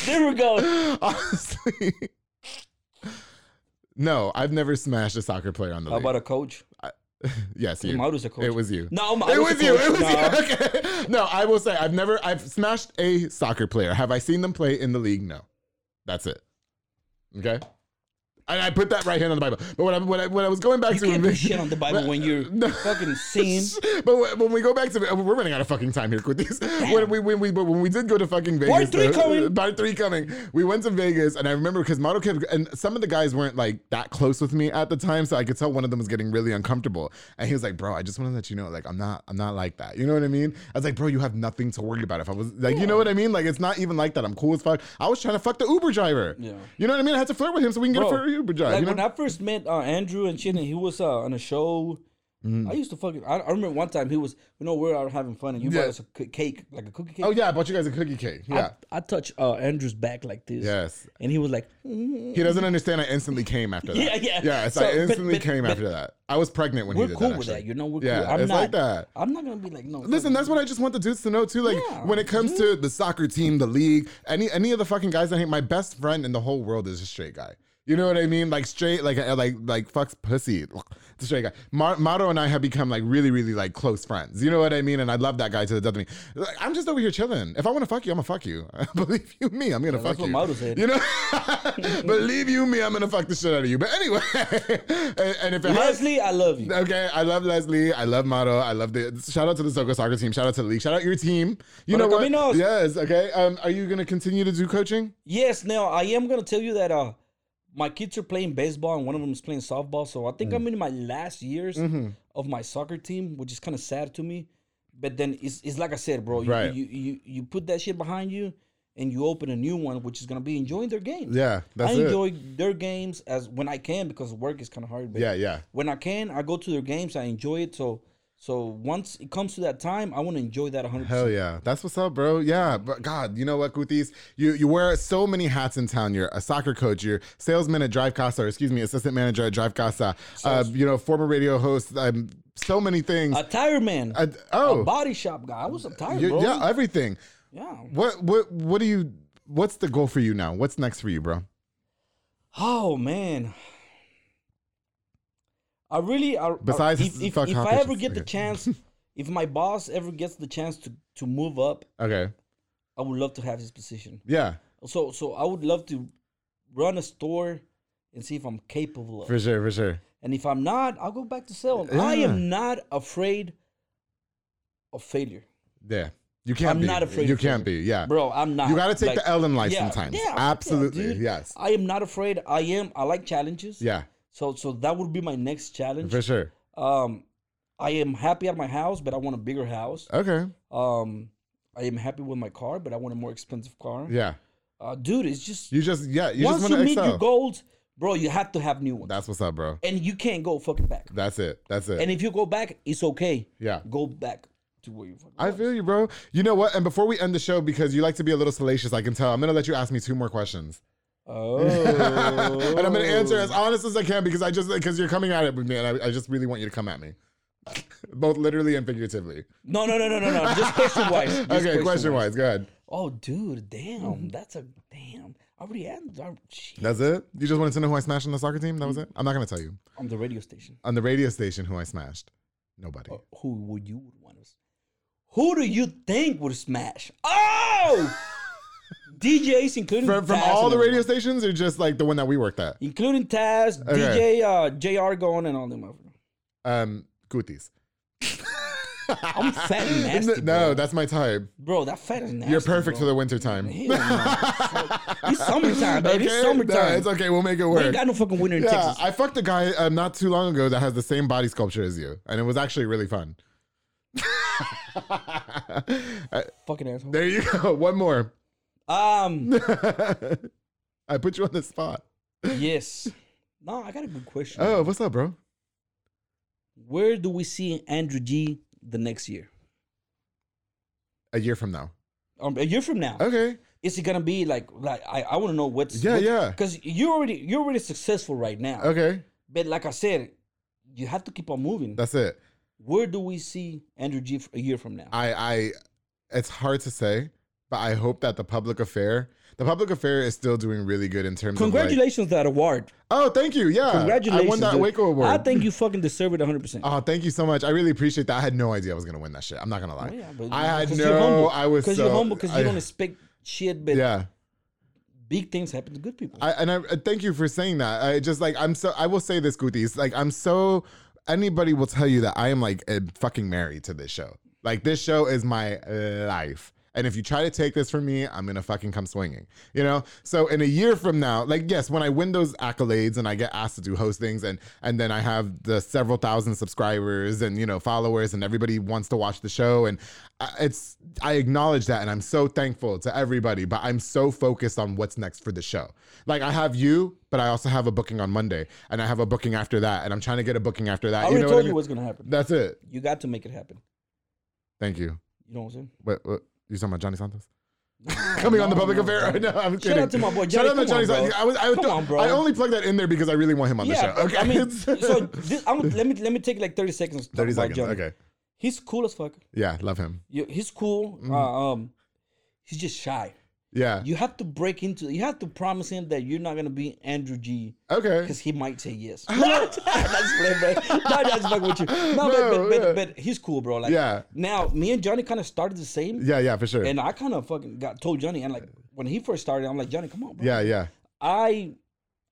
S2: There we go.
S1: honestly. No, I've never smashed a soccer player on the
S2: How
S1: leg.
S2: about a coach?
S1: yes, you.
S2: Maru's the coach.
S1: It was you.
S2: No, Maru's
S1: It
S2: the
S1: was you.
S2: coach.
S1: It was you.
S2: Nah.
S1: Okay. No, I will say I've never I've smashed a soccer player. Have I seen them play in the league? No. That's it. Okay. And I put that right hand on the Bible. But when I when I, when I was going back
S2: You
S1: to
S2: can't do shit on the Bible when you're
S1: No.
S2: fucking seeing.
S1: but when- when we go back to we're running out of fucking time here with these. When we when we but when we did go to fucking Vegas,
S2: three
S1: though-
S2: coming.
S1: part three coming. We went to Vegas, and I remember because Model Kid and some of the guys weren't like that close with me at the time, so I could tell one of them was getting really uncomfortable. And he was like, "Bro, I just want to let you know, like, I'm not, I'm not like that. You know what I mean? I was like, "Bro, you have nothing to worry about. If I was like, you know what I mean? Like, it's not even like that. I'm cool as fuck. I was trying to fuck the Uber driver.
S2: Yeah.
S1: You know what I mean? I had to flirt with him so we can get a
S2: Bro,
S1: free Uber drive.
S2: Like
S1: you know?
S2: when I first met uh, Andrew and shit, and he was uh, on a show.
S1: Mm-hmm.
S2: I used to fucking. I, I remember one time he was, you know, we were out having fun, and you
S1: Yeah.
S2: brought us a c- cake, like a cookie cake.
S1: oh yeah, I bought you guys a cookie cake. Yeah.
S2: I, I touched uh, Andrew's back like this.
S1: Yes.
S2: And he was like, "Mm."
S1: He doesn't understand. I instantly came after that.
S2: Yeah, yeah.
S1: yeah. It's
S2: So,
S1: I
S2: but-
S1: instantly
S2: but-
S1: came
S2: but-
S1: after that. I was pregnant when he
S2: "We're
S1: did
S2: cool
S1: that.
S2: with
S1: actually.
S2: that, you know. We're
S1: yeah,
S2: cool. I'm
S1: it's
S2: not
S1: like that.
S2: I'm not gonna be like no.
S1: Listen, that's what I just want the dudes to know too. Like
S2: Yeah.
S1: when it comes to the soccer team, the league, any any of the fucking guys I hate, my best friend in the whole world is a straight guy. You know what I mean? Like straight, like uh, like like fucks pussy, the straight guy. Mar- Mato and I have become like really, really like close friends. You know what I mean? And I love that guy to the death of me. Like, I'm just over here chilling. If I want to fuck you, I'm gonna fuck you. Believe you me, I'm gonna fuck
S2: that's what
S1: you.
S2: Mato said.
S1: You know, believe you me, I'm gonna fuck the shit out of you. But anyway, and, and if it has,
S2: Leslie, I love you.
S1: Okay, I love Leslie. I love Motto. I love the shout out to the Soka soccer team. Shout out to the league. Shout out your team. You
S2: Hola,
S1: know what?
S2: Caminos.
S1: Yes. Okay. Um, are you gonna continue to do coaching?
S2: Yes, now I am gonna tell you that uh my kids are playing baseball and one of them is playing softball. So I think
S1: Mm.
S2: I'm in my last years
S1: Mm-hmm.
S2: of my soccer team, which is kind of sad to me. But then it's, it's like I said, bro. You,
S1: Right.
S2: you you you put that shit behind you, and you open a new one, which is gonna be enjoying their games.
S1: Yeah, that's
S2: I
S1: it.
S2: enjoy their games as when I can because work is kind of hard. But
S1: Yeah, yeah.
S2: When I can, I go to their games. I enjoy it. So so once it comes to that time, I want to enjoy that 100.
S1: Hell
S2: percent
S1: yeah, that's what's up, bro. Yeah, but God, you know what, Kuthis? You you wear so many hats in town. You're a soccer coach. You're salesman at Drive Casa, or excuse me, assistant manager at Drive Casa. Uh, you know, former radio host. Um, so many things.
S2: A tire man.
S1: Uh, oh,
S2: a body shop guy. I was a tire,
S1: you-
S2: bro.
S1: yeah, everything.
S2: yeah.
S1: What what what do you? What's the goal for you now? What's next for you, bro?
S2: Oh man. I really I, I-
S1: Besides
S2: if, if,
S1: fuck
S2: if I
S1: cockroaches,
S2: ever get the
S1: okay.
S2: chance, if my boss ever gets the chance to to move up,
S1: Okay.
S2: I would love to have his position.
S1: Yeah.
S2: So so I would love to run a store and see if I'm capable of.
S1: For sure, for sure.
S2: And if I'm not, I'll go back to sales. I am not afraid of failure.
S1: Yeah. You can't
S2: I'm
S1: be.
S2: not afraid
S1: You
S2: of
S1: can't be.
S2: failure.
S1: Yeah.
S2: Bro, I'm not.
S1: You gotta take
S2: like-
S1: the L in life
S2: Yeah,
S1: sometimes.
S2: yeah, yeah,
S1: Absolutely.
S2: dude.
S1: yes.
S2: I am not afraid. I am I like challenges.
S1: yeah.
S2: So so that would be my next challenge.
S1: For sure.
S2: Um, I am happy at my house, but I want a bigger house.
S1: Okay.
S2: Um, I am happy with my car, but I want a more expensive car.
S1: Yeah.
S2: Uh, dude, it's just
S1: You just yeah, you
S2: once
S1: just
S2: you
S1: wanna
S2: meet
S1: excel.
S2: your goals, bro, you have to have new ones,
S1: That's what's up, bro.
S2: and you can't go fucking back.
S1: That's it. That's it.
S2: And if you go back, it's okay.
S1: Yeah.
S2: go back to where you fucking.
S1: I
S2: was.
S1: feel you, bro. You know what? And before we end the show, because you like to be a little salacious, I can tell. I'm gonna let you ask me two more questions.
S2: Oh,
S1: and I'm gonna answer as honest as I can because I just because you're coming at it with me and I, I just really want you to come at me. Both literally and figuratively.
S2: no, no, no, no, no, no. Just question wise. Just
S1: okay, question wise, Mm-hmm. go ahead.
S2: Oh, dude, damn, that's a damn. I already answered. I- shit.
S1: That's it? You just wanted to know who I smashed on the soccer team? That was it? I'm not going to tell you.
S2: on the radio station.
S1: On the radio station, who I smashed? Nobody.
S2: who would you would want to? s- Who do you think would smash? Oh, DJs including
S1: From, from
S2: Taz
S1: all
S2: and
S1: the radio
S2: everyone.
S1: stations or just like the one that we worked at?
S2: including Taz, DJ, uh, Jr. going and all them. motherfuckers.
S1: Um, Gutis.
S2: I'm fat and nasty,
S1: No, that's my type.
S2: bro. That fat is nasty.
S1: You're perfect for
S2: bro.
S1: the winter time. Okay?
S2: Hell no. Fuck. it's summertime, baby. It's
S1: No,
S2: summertime.
S1: it's okay. We'll make it
S2: we
S1: work.
S2: ain't got no fucking winter in
S1: yeah,
S2: Texas.
S1: I fucked a guy um, not too long ago that has the same body sculpture as you, and it was actually really fun.
S2: fucking asshole.
S1: Uh, There you go. One more.
S2: Um,
S1: I put you on the spot.
S2: yes. No, I got a good question.
S1: Oh, what's up, bro?
S2: Where do we see Andrew G the next year?
S1: A year from now.
S2: Um, a year from now.
S1: Okay.
S2: is it gonna be like like I, I want to know what's
S1: Yeah, yeah.
S2: because you already you're already successful right now
S1: Okay.
S2: but like I said you have to keep on moving
S1: That's it.
S2: where do we see Andrew G f- a year from now
S1: I I it's hard to say. but I hope that the public affair, the public affair is still doing really good in terms of. Like,
S2: Congratulations to that award.
S1: oh, thank you. Yeah.
S2: Congratulations.
S1: I won that
S2: dude.
S1: Waco Award.
S2: I think you fucking deserve it 100%.
S1: Oh, thank you so much. I really appreciate that. I had no idea I was gonna win that shit. I'm not gonna lie.
S2: Oh, Yeah, but
S1: I had
S2: because
S1: no.
S2: you're humble.
S1: I was
S2: because
S1: so,
S2: you're humble because you
S1: I-
S2: don't expect shit, but
S1: Yeah.
S2: big things happen to good people.
S1: I, and I uh, thank you for saying that. I just like I'm so I will say this, Guti. It's like I'm so anybody will tell you that I am like uh, fucking married to this show. Like this show is my life. And if you try to take this from me, I'm gonna fucking come swinging. You know. So in a year from now, like yes, when I win those accolades and I get asked to do host things, and and then I have the several thousand subscribers and you know followers, and everybody wants to watch the show, and I- it's I acknowledge that, and I'm so thankful to everybody. But I'm so focused on what's next for the show. Like I have you, but I also have a booking on Monday, and I have a booking after that, and I'm trying to get a booking after
S2: I
S1: that.
S2: already
S1: you know
S2: told
S1: what I
S2: you
S1: mean?
S2: what's gonna happen.
S1: That's it.
S2: You got to make it happen.
S1: Thank you.
S2: You know what I'm saying?
S1: What, what you talking about, Johnny Santos? coming on the public affair. No, I'm kidding.
S2: out to my boy
S1: Shout
S2: Johnny.
S1: out to
S2: Come
S1: Johnny.
S2: on,
S1: Santos.
S2: bro.
S1: I was, I was,
S2: Come on, bro.
S1: I only plugged that in there because I really want him on
S2: yeah,
S1: the show. Okay.
S2: I mean, so this, I'm, let me let me take like 30 seconds. To talk
S1: thirty
S2: about
S1: seconds.
S2: Johnny.
S1: Okay.
S2: he's cool as fuck.
S1: Yeah, love him.
S2: You- He's cool.
S1: Mm.
S2: Uh, um, he's just shy.
S1: Yeah.
S2: You have to break into. You have to promise him that you're not gonna be Andrew G.
S1: okay.
S2: Because he might say yes. that's playing, bro. No, that's fucking with you. No,
S1: No,
S2: but, but,
S1: yeah.
S2: but, but he's cool, bro. Like,
S1: Yeah.
S2: Now, me and Johnny kind of started the same.
S1: Yeah, yeah, for sure.
S2: And I kind of fucking got told Johnny, and like when he first started, I'm like, Johnny, come on, bro.
S1: yeah, yeah,
S2: I,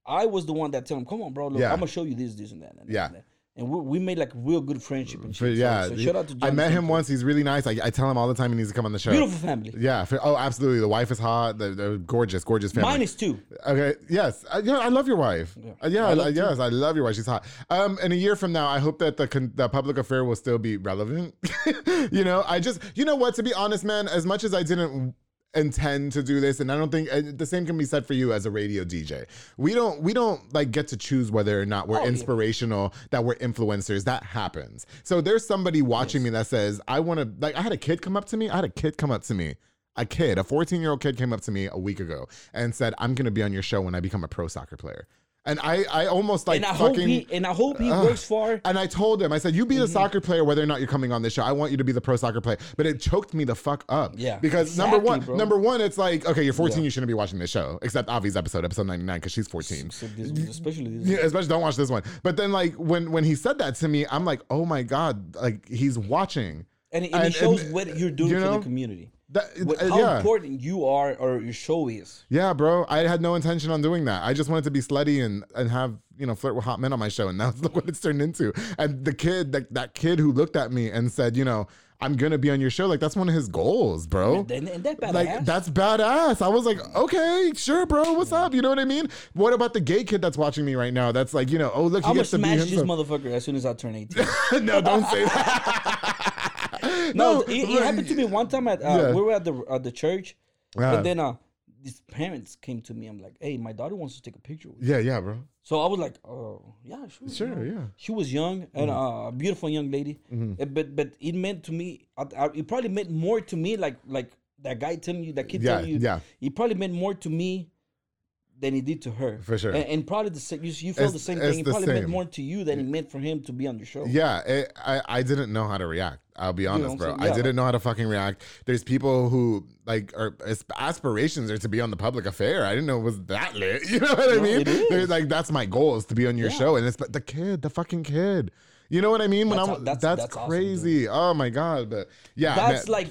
S2: I was the one that tell him, come on, bro. Look,
S1: Yeah.
S2: I'm gonna show you this, this, and that. And
S1: Yeah.
S2: That. And we, we made like real good friendship and
S1: for,
S2: shit. So-
S1: yeah.
S2: So, shout out to Johnny.
S1: I met him
S2: Santos.
S1: once. He's really nice. I, I tell him all the time he needs to come on the show.
S2: Beautiful family.
S1: Yeah. For, oh, absolutely. The wife is hot. They're, they're gorgeous, gorgeous family.
S2: Mine is two.
S1: Okay. Yes. I, yeah. I love your wife. Yeah. yeah. I yes. I love your wife. She's hot. Um. In a year from now, I hope that the con- the public affair will still be relevant. you know. I just. You know what? To be honest, man. As much as I didn't intend to do this and i don't think uh, the same can be said for you as a radio dj we don't we don't like get to choose whether or not we're inspirational that we're influencers that happens so there's somebody watching me that says i want to like i had a kid come up to me i had a kid come up to me a kid, a 14 year old kid came up to me a week ago and said, I'm going to be on your show when I become a pro soccer player. And I, I almost like
S2: and I
S1: fucking. uh,
S2: hope he Mm-hmm. and I hope he works far.
S1: and I told him, I said, "You be the soccer player, whether or not you're coming on this show. I want you to be the pro soccer player." But it choked me the fuck up.
S2: Yeah.
S1: Because number
S2: Exactly,
S1: one,
S2: bro.
S1: number one, it's like, okay, you're 14, you shouldn't be watching this show, except Avi's episode, episode 99, because she's 14.
S2: So this, especially this.
S1: Yeah, especially don't watch this one. But then, like when when he said that to me, I'm like, oh my god, like he's watching.
S2: And, and, it
S1: and-
S2: shows
S1: and,
S2: what you're doing
S1: you
S2: for
S1: know,
S2: the community.
S1: That
S2: What,
S1: uh,
S2: how
S1: yeah.
S2: important you are or your show is.
S1: Yeah, bro. I had no intention on doing that. I just wanted to be slutty and and have you know flirt with hot men on my show, and that's look what it's turned into. And the kid, that that kid who looked at me and said, you know, I'm gonna be on your show. Like that's one of his goals, bro.
S2: And, and that badass.
S1: Like that's badass. I was like, okay, sure, bro. What's up? You know what I mean? What about the gay kid that's watching me right now? That's like, you know, oh look, he
S2: I'm gonna
S1: gets to be
S2: smash this
S1: himself.
S2: motherfucker as soon as I turn 18.
S1: no, don't say that.
S2: no,
S1: No,
S2: it, it
S1: but-
S2: happened to me one time at uh,
S1: Yeah.
S2: we were at the at the church,
S1: Yeah.
S2: and then uh, these parents came to me. I'm like, hey, my daughter wants to take a picture. with you."
S1: yeah, yeah, bro.
S2: So I was like, oh yeah, sure, you
S1: Sure,
S2: know."
S1: yeah.
S2: She was young and
S1: Mm-hmm.
S2: uh, a beautiful young lady, Uh, but but it meant to me, I, I, it probably meant more to me like like that guy telling you that kid
S1: Yeah,
S2: telling you,
S1: yeah.
S2: It probably meant more to me. Than it did to her,
S1: For sure.
S2: and, and probably the same. You, you felt
S1: It's-
S2: the same
S1: it's
S2: thing. It
S1: the
S2: probably meant
S1: same.
S2: more to you than it meant for him to be on your show.
S1: Yeah, it, I I didn't know how to react. I'll be honest,
S2: I'm
S1: bro.
S2: saying?
S1: I
S2: Yeah.
S1: didn't know how to fucking react. There's people who like are as- aspirations are to be on the public affair. I didn't know it was that lit. You know what I mean?
S2: it is.
S1: They're like that's my goal is to be on your show, and it's but the kid, the fucking kid. You know what I mean? When
S2: That's
S1: I'm
S2: aw- that's-
S1: that's,
S2: that's awesome,
S1: crazy. oh my god! But yeah,
S2: That's
S1: man.
S2: like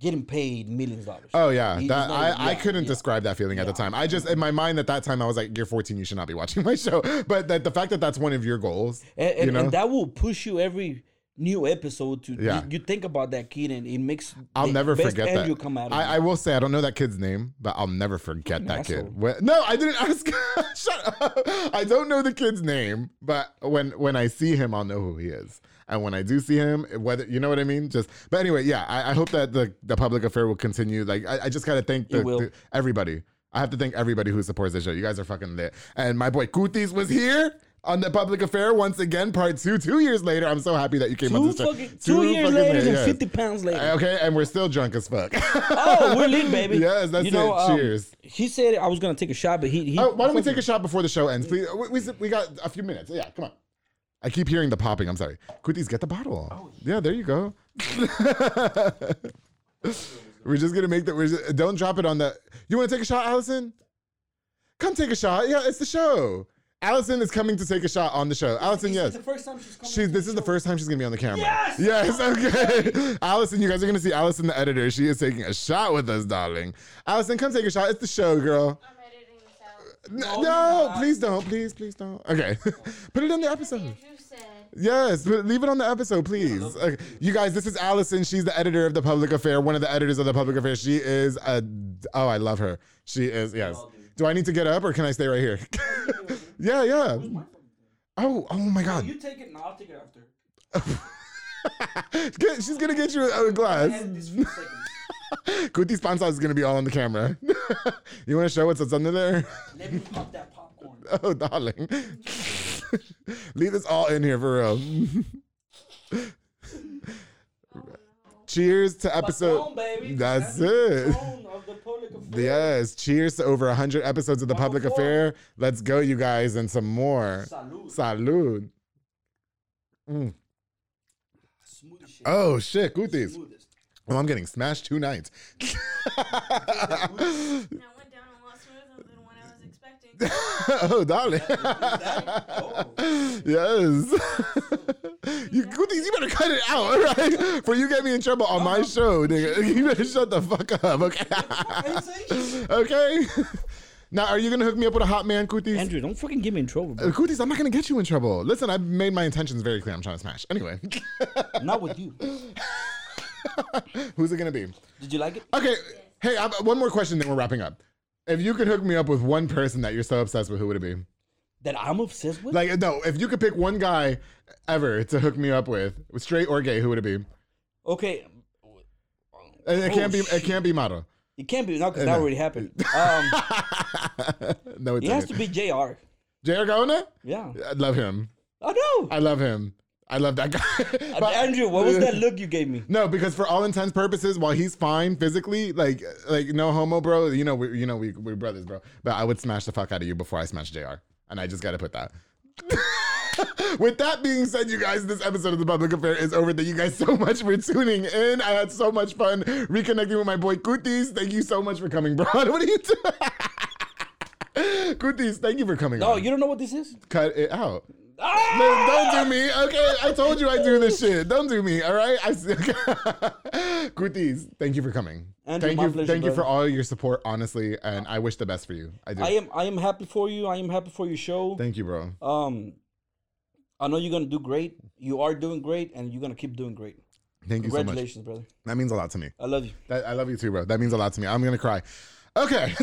S2: getting paid millions of dollars.
S1: Oh yeah,
S2: He-
S1: that
S2: he's
S1: I,
S2: not-
S1: I
S2: yeah,
S1: couldn't
S2: yeah.
S1: describe that feeling at the time. I just in my mind at that time I was like, "You're 14, you should not be watching my show." But that the fact that that's one of your goals,
S2: And, and,
S1: you know,
S2: and that will push you every new episode to
S1: Yeah.
S2: you, you think about that kid and it makes
S1: I'll
S2: the
S1: never
S2: best
S1: forget
S2: Andrew
S1: that.
S2: come out of
S1: I,
S2: you.
S1: I will say I don't know that kid's name, but I'll never forget that
S2: asshole.
S1: kid. When- no, I didn't ask. Shut up! I don't know the kid's name, but when when I see him, I'll know who he is. And when I do see him, whether you know what I mean, just. But anyway, yeah, I, I hope that the the public affair will continue. Like I, I just gotta thank the,
S2: will.
S1: the- everybody. I have to thank everybody who supports the show. You guys are fucking lit. And my boy Kutis was here. On the public affair once again, part two. Two years later, I'm so happy that you came on
S2: two,
S1: this show.
S2: fucking, two, years
S1: fucking
S2: later and
S1: yes.
S2: 50 pounds later.
S1: Okay, and we're still drunk as fuck.
S2: oh, we're lit, baby.
S1: Yes, that's
S2: You know,
S1: it.
S2: um,
S1: Cheers.
S2: He said I was going to take a shot, but he. he
S1: Oh, why don't we take a shot before the show ends, please? We, we, we got a few minutes. Yeah, come on. I keep hearing the popping. I'm sorry. Kutis, get the bottle. yeah, there you go. We're just gonna make that. We're just, don't drop it on the. You want to take a shot, Allison? Come take a shot. Yeah, it's the show. Allison is coming to take a shot on the show. Allison,
S2: This
S1: yes.
S2: is the first time she's coming.
S1: She's,
S2: to
S1: this is the
S2: show.
S1: first time she's gonna be on the camera.
S2: Yes!
S1: Yes. Okay. Allison, you guys are gonna see Allison, the editor. She is taking a shot with us, darling. Allison, come take a shot. It's the show, girl.
S3: I'm editing this out.
S1: N- No,
S2: No, you're not.
S1: please don't. Please, please don't. Okay. Put it on the episode.
S3: Andrew said,
S1: Yes, but leave it on the episode, please. Okay. You guys, this is Allison. She's the editor of the Public Affair, one of the editors of the Public Affair. She is a. Oh, I love her. She is yes. Do I need to get up or can I stay right here? yeah, yeah. Oh, oh my God.
S2: You take it, and I'll take it after.
S1: Get- she's gonna get you a, a glass.
S2: And this few seconds.
S1: Kuti Sponsor is gonna be all on the camera. you want to show us what's under there?
S2: Let me pop that popcorn.
S1: Oh, darling. Leave this all in here for real. Cheers to
S2: Patron,
S1: episode.
S2: baby.
S1: That's
S2: the
S1: it.
S2: tone of the public affair.
S1: Yes, cheers to over 100 episodes of The Public
S2: Wonderful.
S1: Affair. Let's go, you guys, and some more.
S2: Salud.
S1: Salud.
S2: Smooth as shit.
S1: Oh, shit, Kutis.
S2: Smoothest.
S1: Oh, I'm getting smashed two nights.
S3: and I went down a lot smoother than what I was expecting. That's
S1: oh, darling. yes. you, Kutis, you better cut it out, all right? For you get me in trouble on my show, nigga. You better shut the fuck up, okay? okay? Now, are you gonna hook me up with a hot man, Kutis?
S2: Andrew, don't fucking get me in trouble,
S1: Uh,
S2: bro.
S1: Kutis, I'm not gonna get you in trouble. Listen, I've made my intentions very clear. I'm trying to smash. Anyway,
S2: Not with you.
S1: who's it gonna be?
S2: Did you like it?
S1: Okay, hey, I've, one more question, then we're wrapping up. If you could hook me up with one person that you're so obsessed with, who would it be?
S2: That I'm obsessed with?
S1: Like, no, if you could pick one guy ever to hook me up with, straight or gay, who would it be?
S2: okay.
S1: And it
S2: Oh,
S1: can't be. It
S2: shit.
S1: can't be model.
S2: It can't be, not because that already happened. Um,
S1: no, it
S2: it has
S1: doesn't.
S2: to be JR.
S1: J.R. Garona?
S2: Yeah.
S1: I love him.
S2: Oh,
S1: I love him. I love that guy.
S2: no.
S1: But-
S2: Andrew, what was that look you gave me?
S1: No, because for all intents purposes, while he's fine physically, like like no homo, bro. You know, we you know we we're brothers, bro. But I would smash the fuck out of you before I smash Jr. And I just gotta put that. With that being said, you guys, this episode of The Public Affair is over. Thank you guys so much for tuning in. I had so much fun reconnecting with my boy Kutis. Thank you so much for coming, bro. What are you doing? Kutis, thank you for coming.
S2: Oh,
S1: on.
S2: you don't know what this is?
S1: cut it out.
S2: Ah!
S1: No, don't do me. Okay, I told you I do this shit. Don't do me. All right. I s- Kutis, thank you for coming.
S2: Andrew,
S1: thank
S2: my
S1: you,
S2: pleasure,
S1: thank you for
S2: brother.
S1: all your support, honestly, and I wish the best for you. I do.
S2: I am I am happy for you. I am happy for your show.
S1: thank you, bro.
S2: Um, I know you're gonna do great. You are doing great, and you're gonna keep doing great.
S1: Thank you so much.
S2: Congratulations, brother.
S1: That means a lot to me.
S2: I love you.
S1: That, I love you too, bro. That means a lot to me. I'm gonna cry. Okay,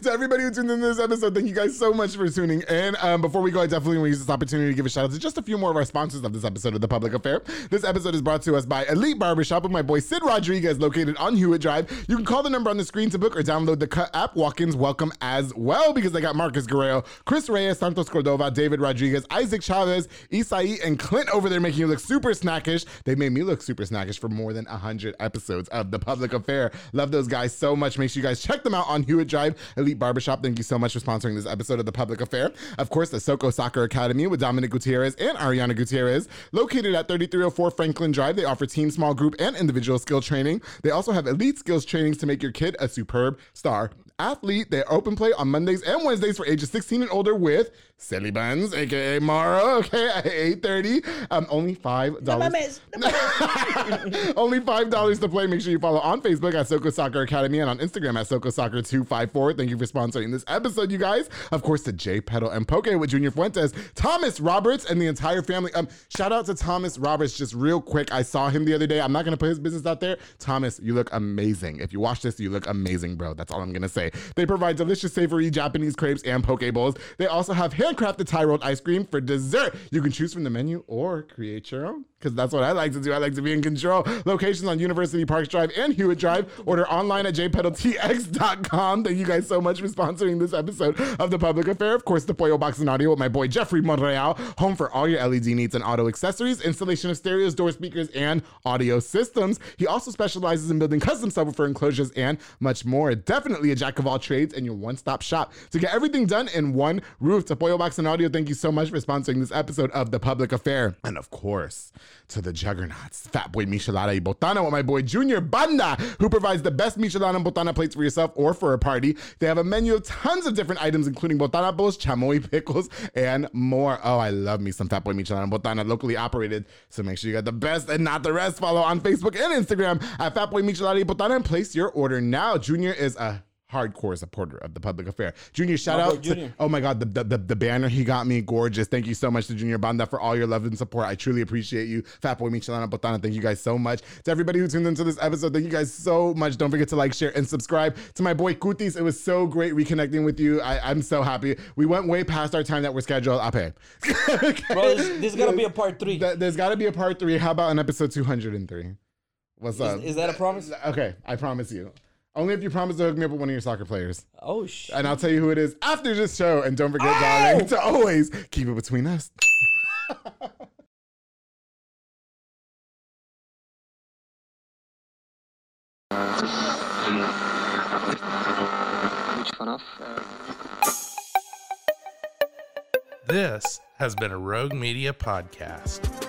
S1: to everybody who tuned in to this episode, thank you guys so much for tuning in. Um, before we go, I definitely want to use this opportunity to give a shout out to just a few more of our sponsors of this episode of The Public Affair. This episode is brought to us by Elite Barbershop with my boy Sid Rodriguez, located on Hewitt Drive. You can call the number on the screen to book or download the Cut app. Walk-ins welcome as well because they got Marcus Guerrero, Chris Reyes, Santos Cordova, David Rodriguez, Isaac Chavez, Isai, and Clint over there making you look super snackish. They made me look super snackish for more than 100 episodes of The Public Affair. Love those guys so much. Make sure you guys check them out on Hewitt Drive, Elite Barbershop. Thank you so much for sponsoring this episode of The Public Affair. Of course, the Soco Soccer Academy with Dominic Gutierrez and Ariana Gutierrez, located at 3304 Franklin Drive. They offer team, small group, and individual skill training. They also have elite skills trainings to make your kid a superb star athlete. They open play on Mondays and Wednesdays for ages 16 and older with Silly Buns, aka Mara, okay, at 8.30. Um, only $5. Only five dollars to play. Make sure you follow on Facebook at Soko Soccer Academy and on Instagram at Soko Soccer Two Five Four. Thank you for sponsoring this episode, you guys. Of course, to Jay Pedal and Poke with Junior Fuentes, Thomas Roberts, and the entire family. Um, shout out to Thomas Roberts. Just real quick, I saw him the other day. I'm not gonna put his business out there. Thomas, you look amazing. If you watch this, you look amazing, bro. That's all I'm gonna say. They provide delicious, savory Japanese crepes and poke bowls. They also have handcrafted Thai rolled ice cream for dessert. You can choose from the menu or create your own because that's what I like to do. I like to be in control. Locations on University Parks Drive and Hewitt Drive. Order online at jpedaltx.com. Thank you guys so much for sponsoring this episode of The Public Affair. Of course, the Pollo Box and Audio with my boy Jeffrey Monreal, home for all your LED needs and auto accessories, installation of stereos, door speakers, and audio systems. He also specializes in building custom subwoofer enclosures and much more. Definitely a jack of all trades and your one stop shop to get everything done in one roof. To Pollo Box and Audio, thank you so much for sponsoring this episode of The Public Affair. And of course, to the juggernauts. Fat Boy Michelada y Botana with my boy Junior Banda, who provides the best Michelada and Botana plates for yourself or for a party. They have a menu of tons of different items, including Botana bowls, chamoy pickles, and more. Oh, I love me some Fat Boy Michelada and Botana, locally operated. So make sure you got the best and not the rest. Follow on Facebook and Instagram at Fat Boy Michelada y Botana and place your order now. Junior is a hardcore supporter of the public affair. Junior, shout
S2: My boy
S1: out. to-
S2: Junior.
S1: oh my God, the, the, the, the banner he got me, gorgeous. Thank you so much to Junior Banda for all your love and support. I truly appreciate you. Fat Boy Michelana Botana, thank you guys so much. To everybody who tuned into this episode, thank you guys so much. Don't forget to like, share, and subscribe. To my boy Kutis, it was so great reconnecting with you. I, I'm so happy. We went way past our time that we're scheduled. Ape.
S2: Bro, this, this is gonna be a part three.
S1: Th- There's got to be a part three. How about an episode 203? What's up?
S2: is that a promise?
S1: Okay, I promise you. Only if you promise to hook me up with one of your soccer players.
S2: Oh shit.
S1: And I'll tell you who it is after this show. And don't forget, darling, to always keep it between us.
S4: This has been a Rogue Media podcast.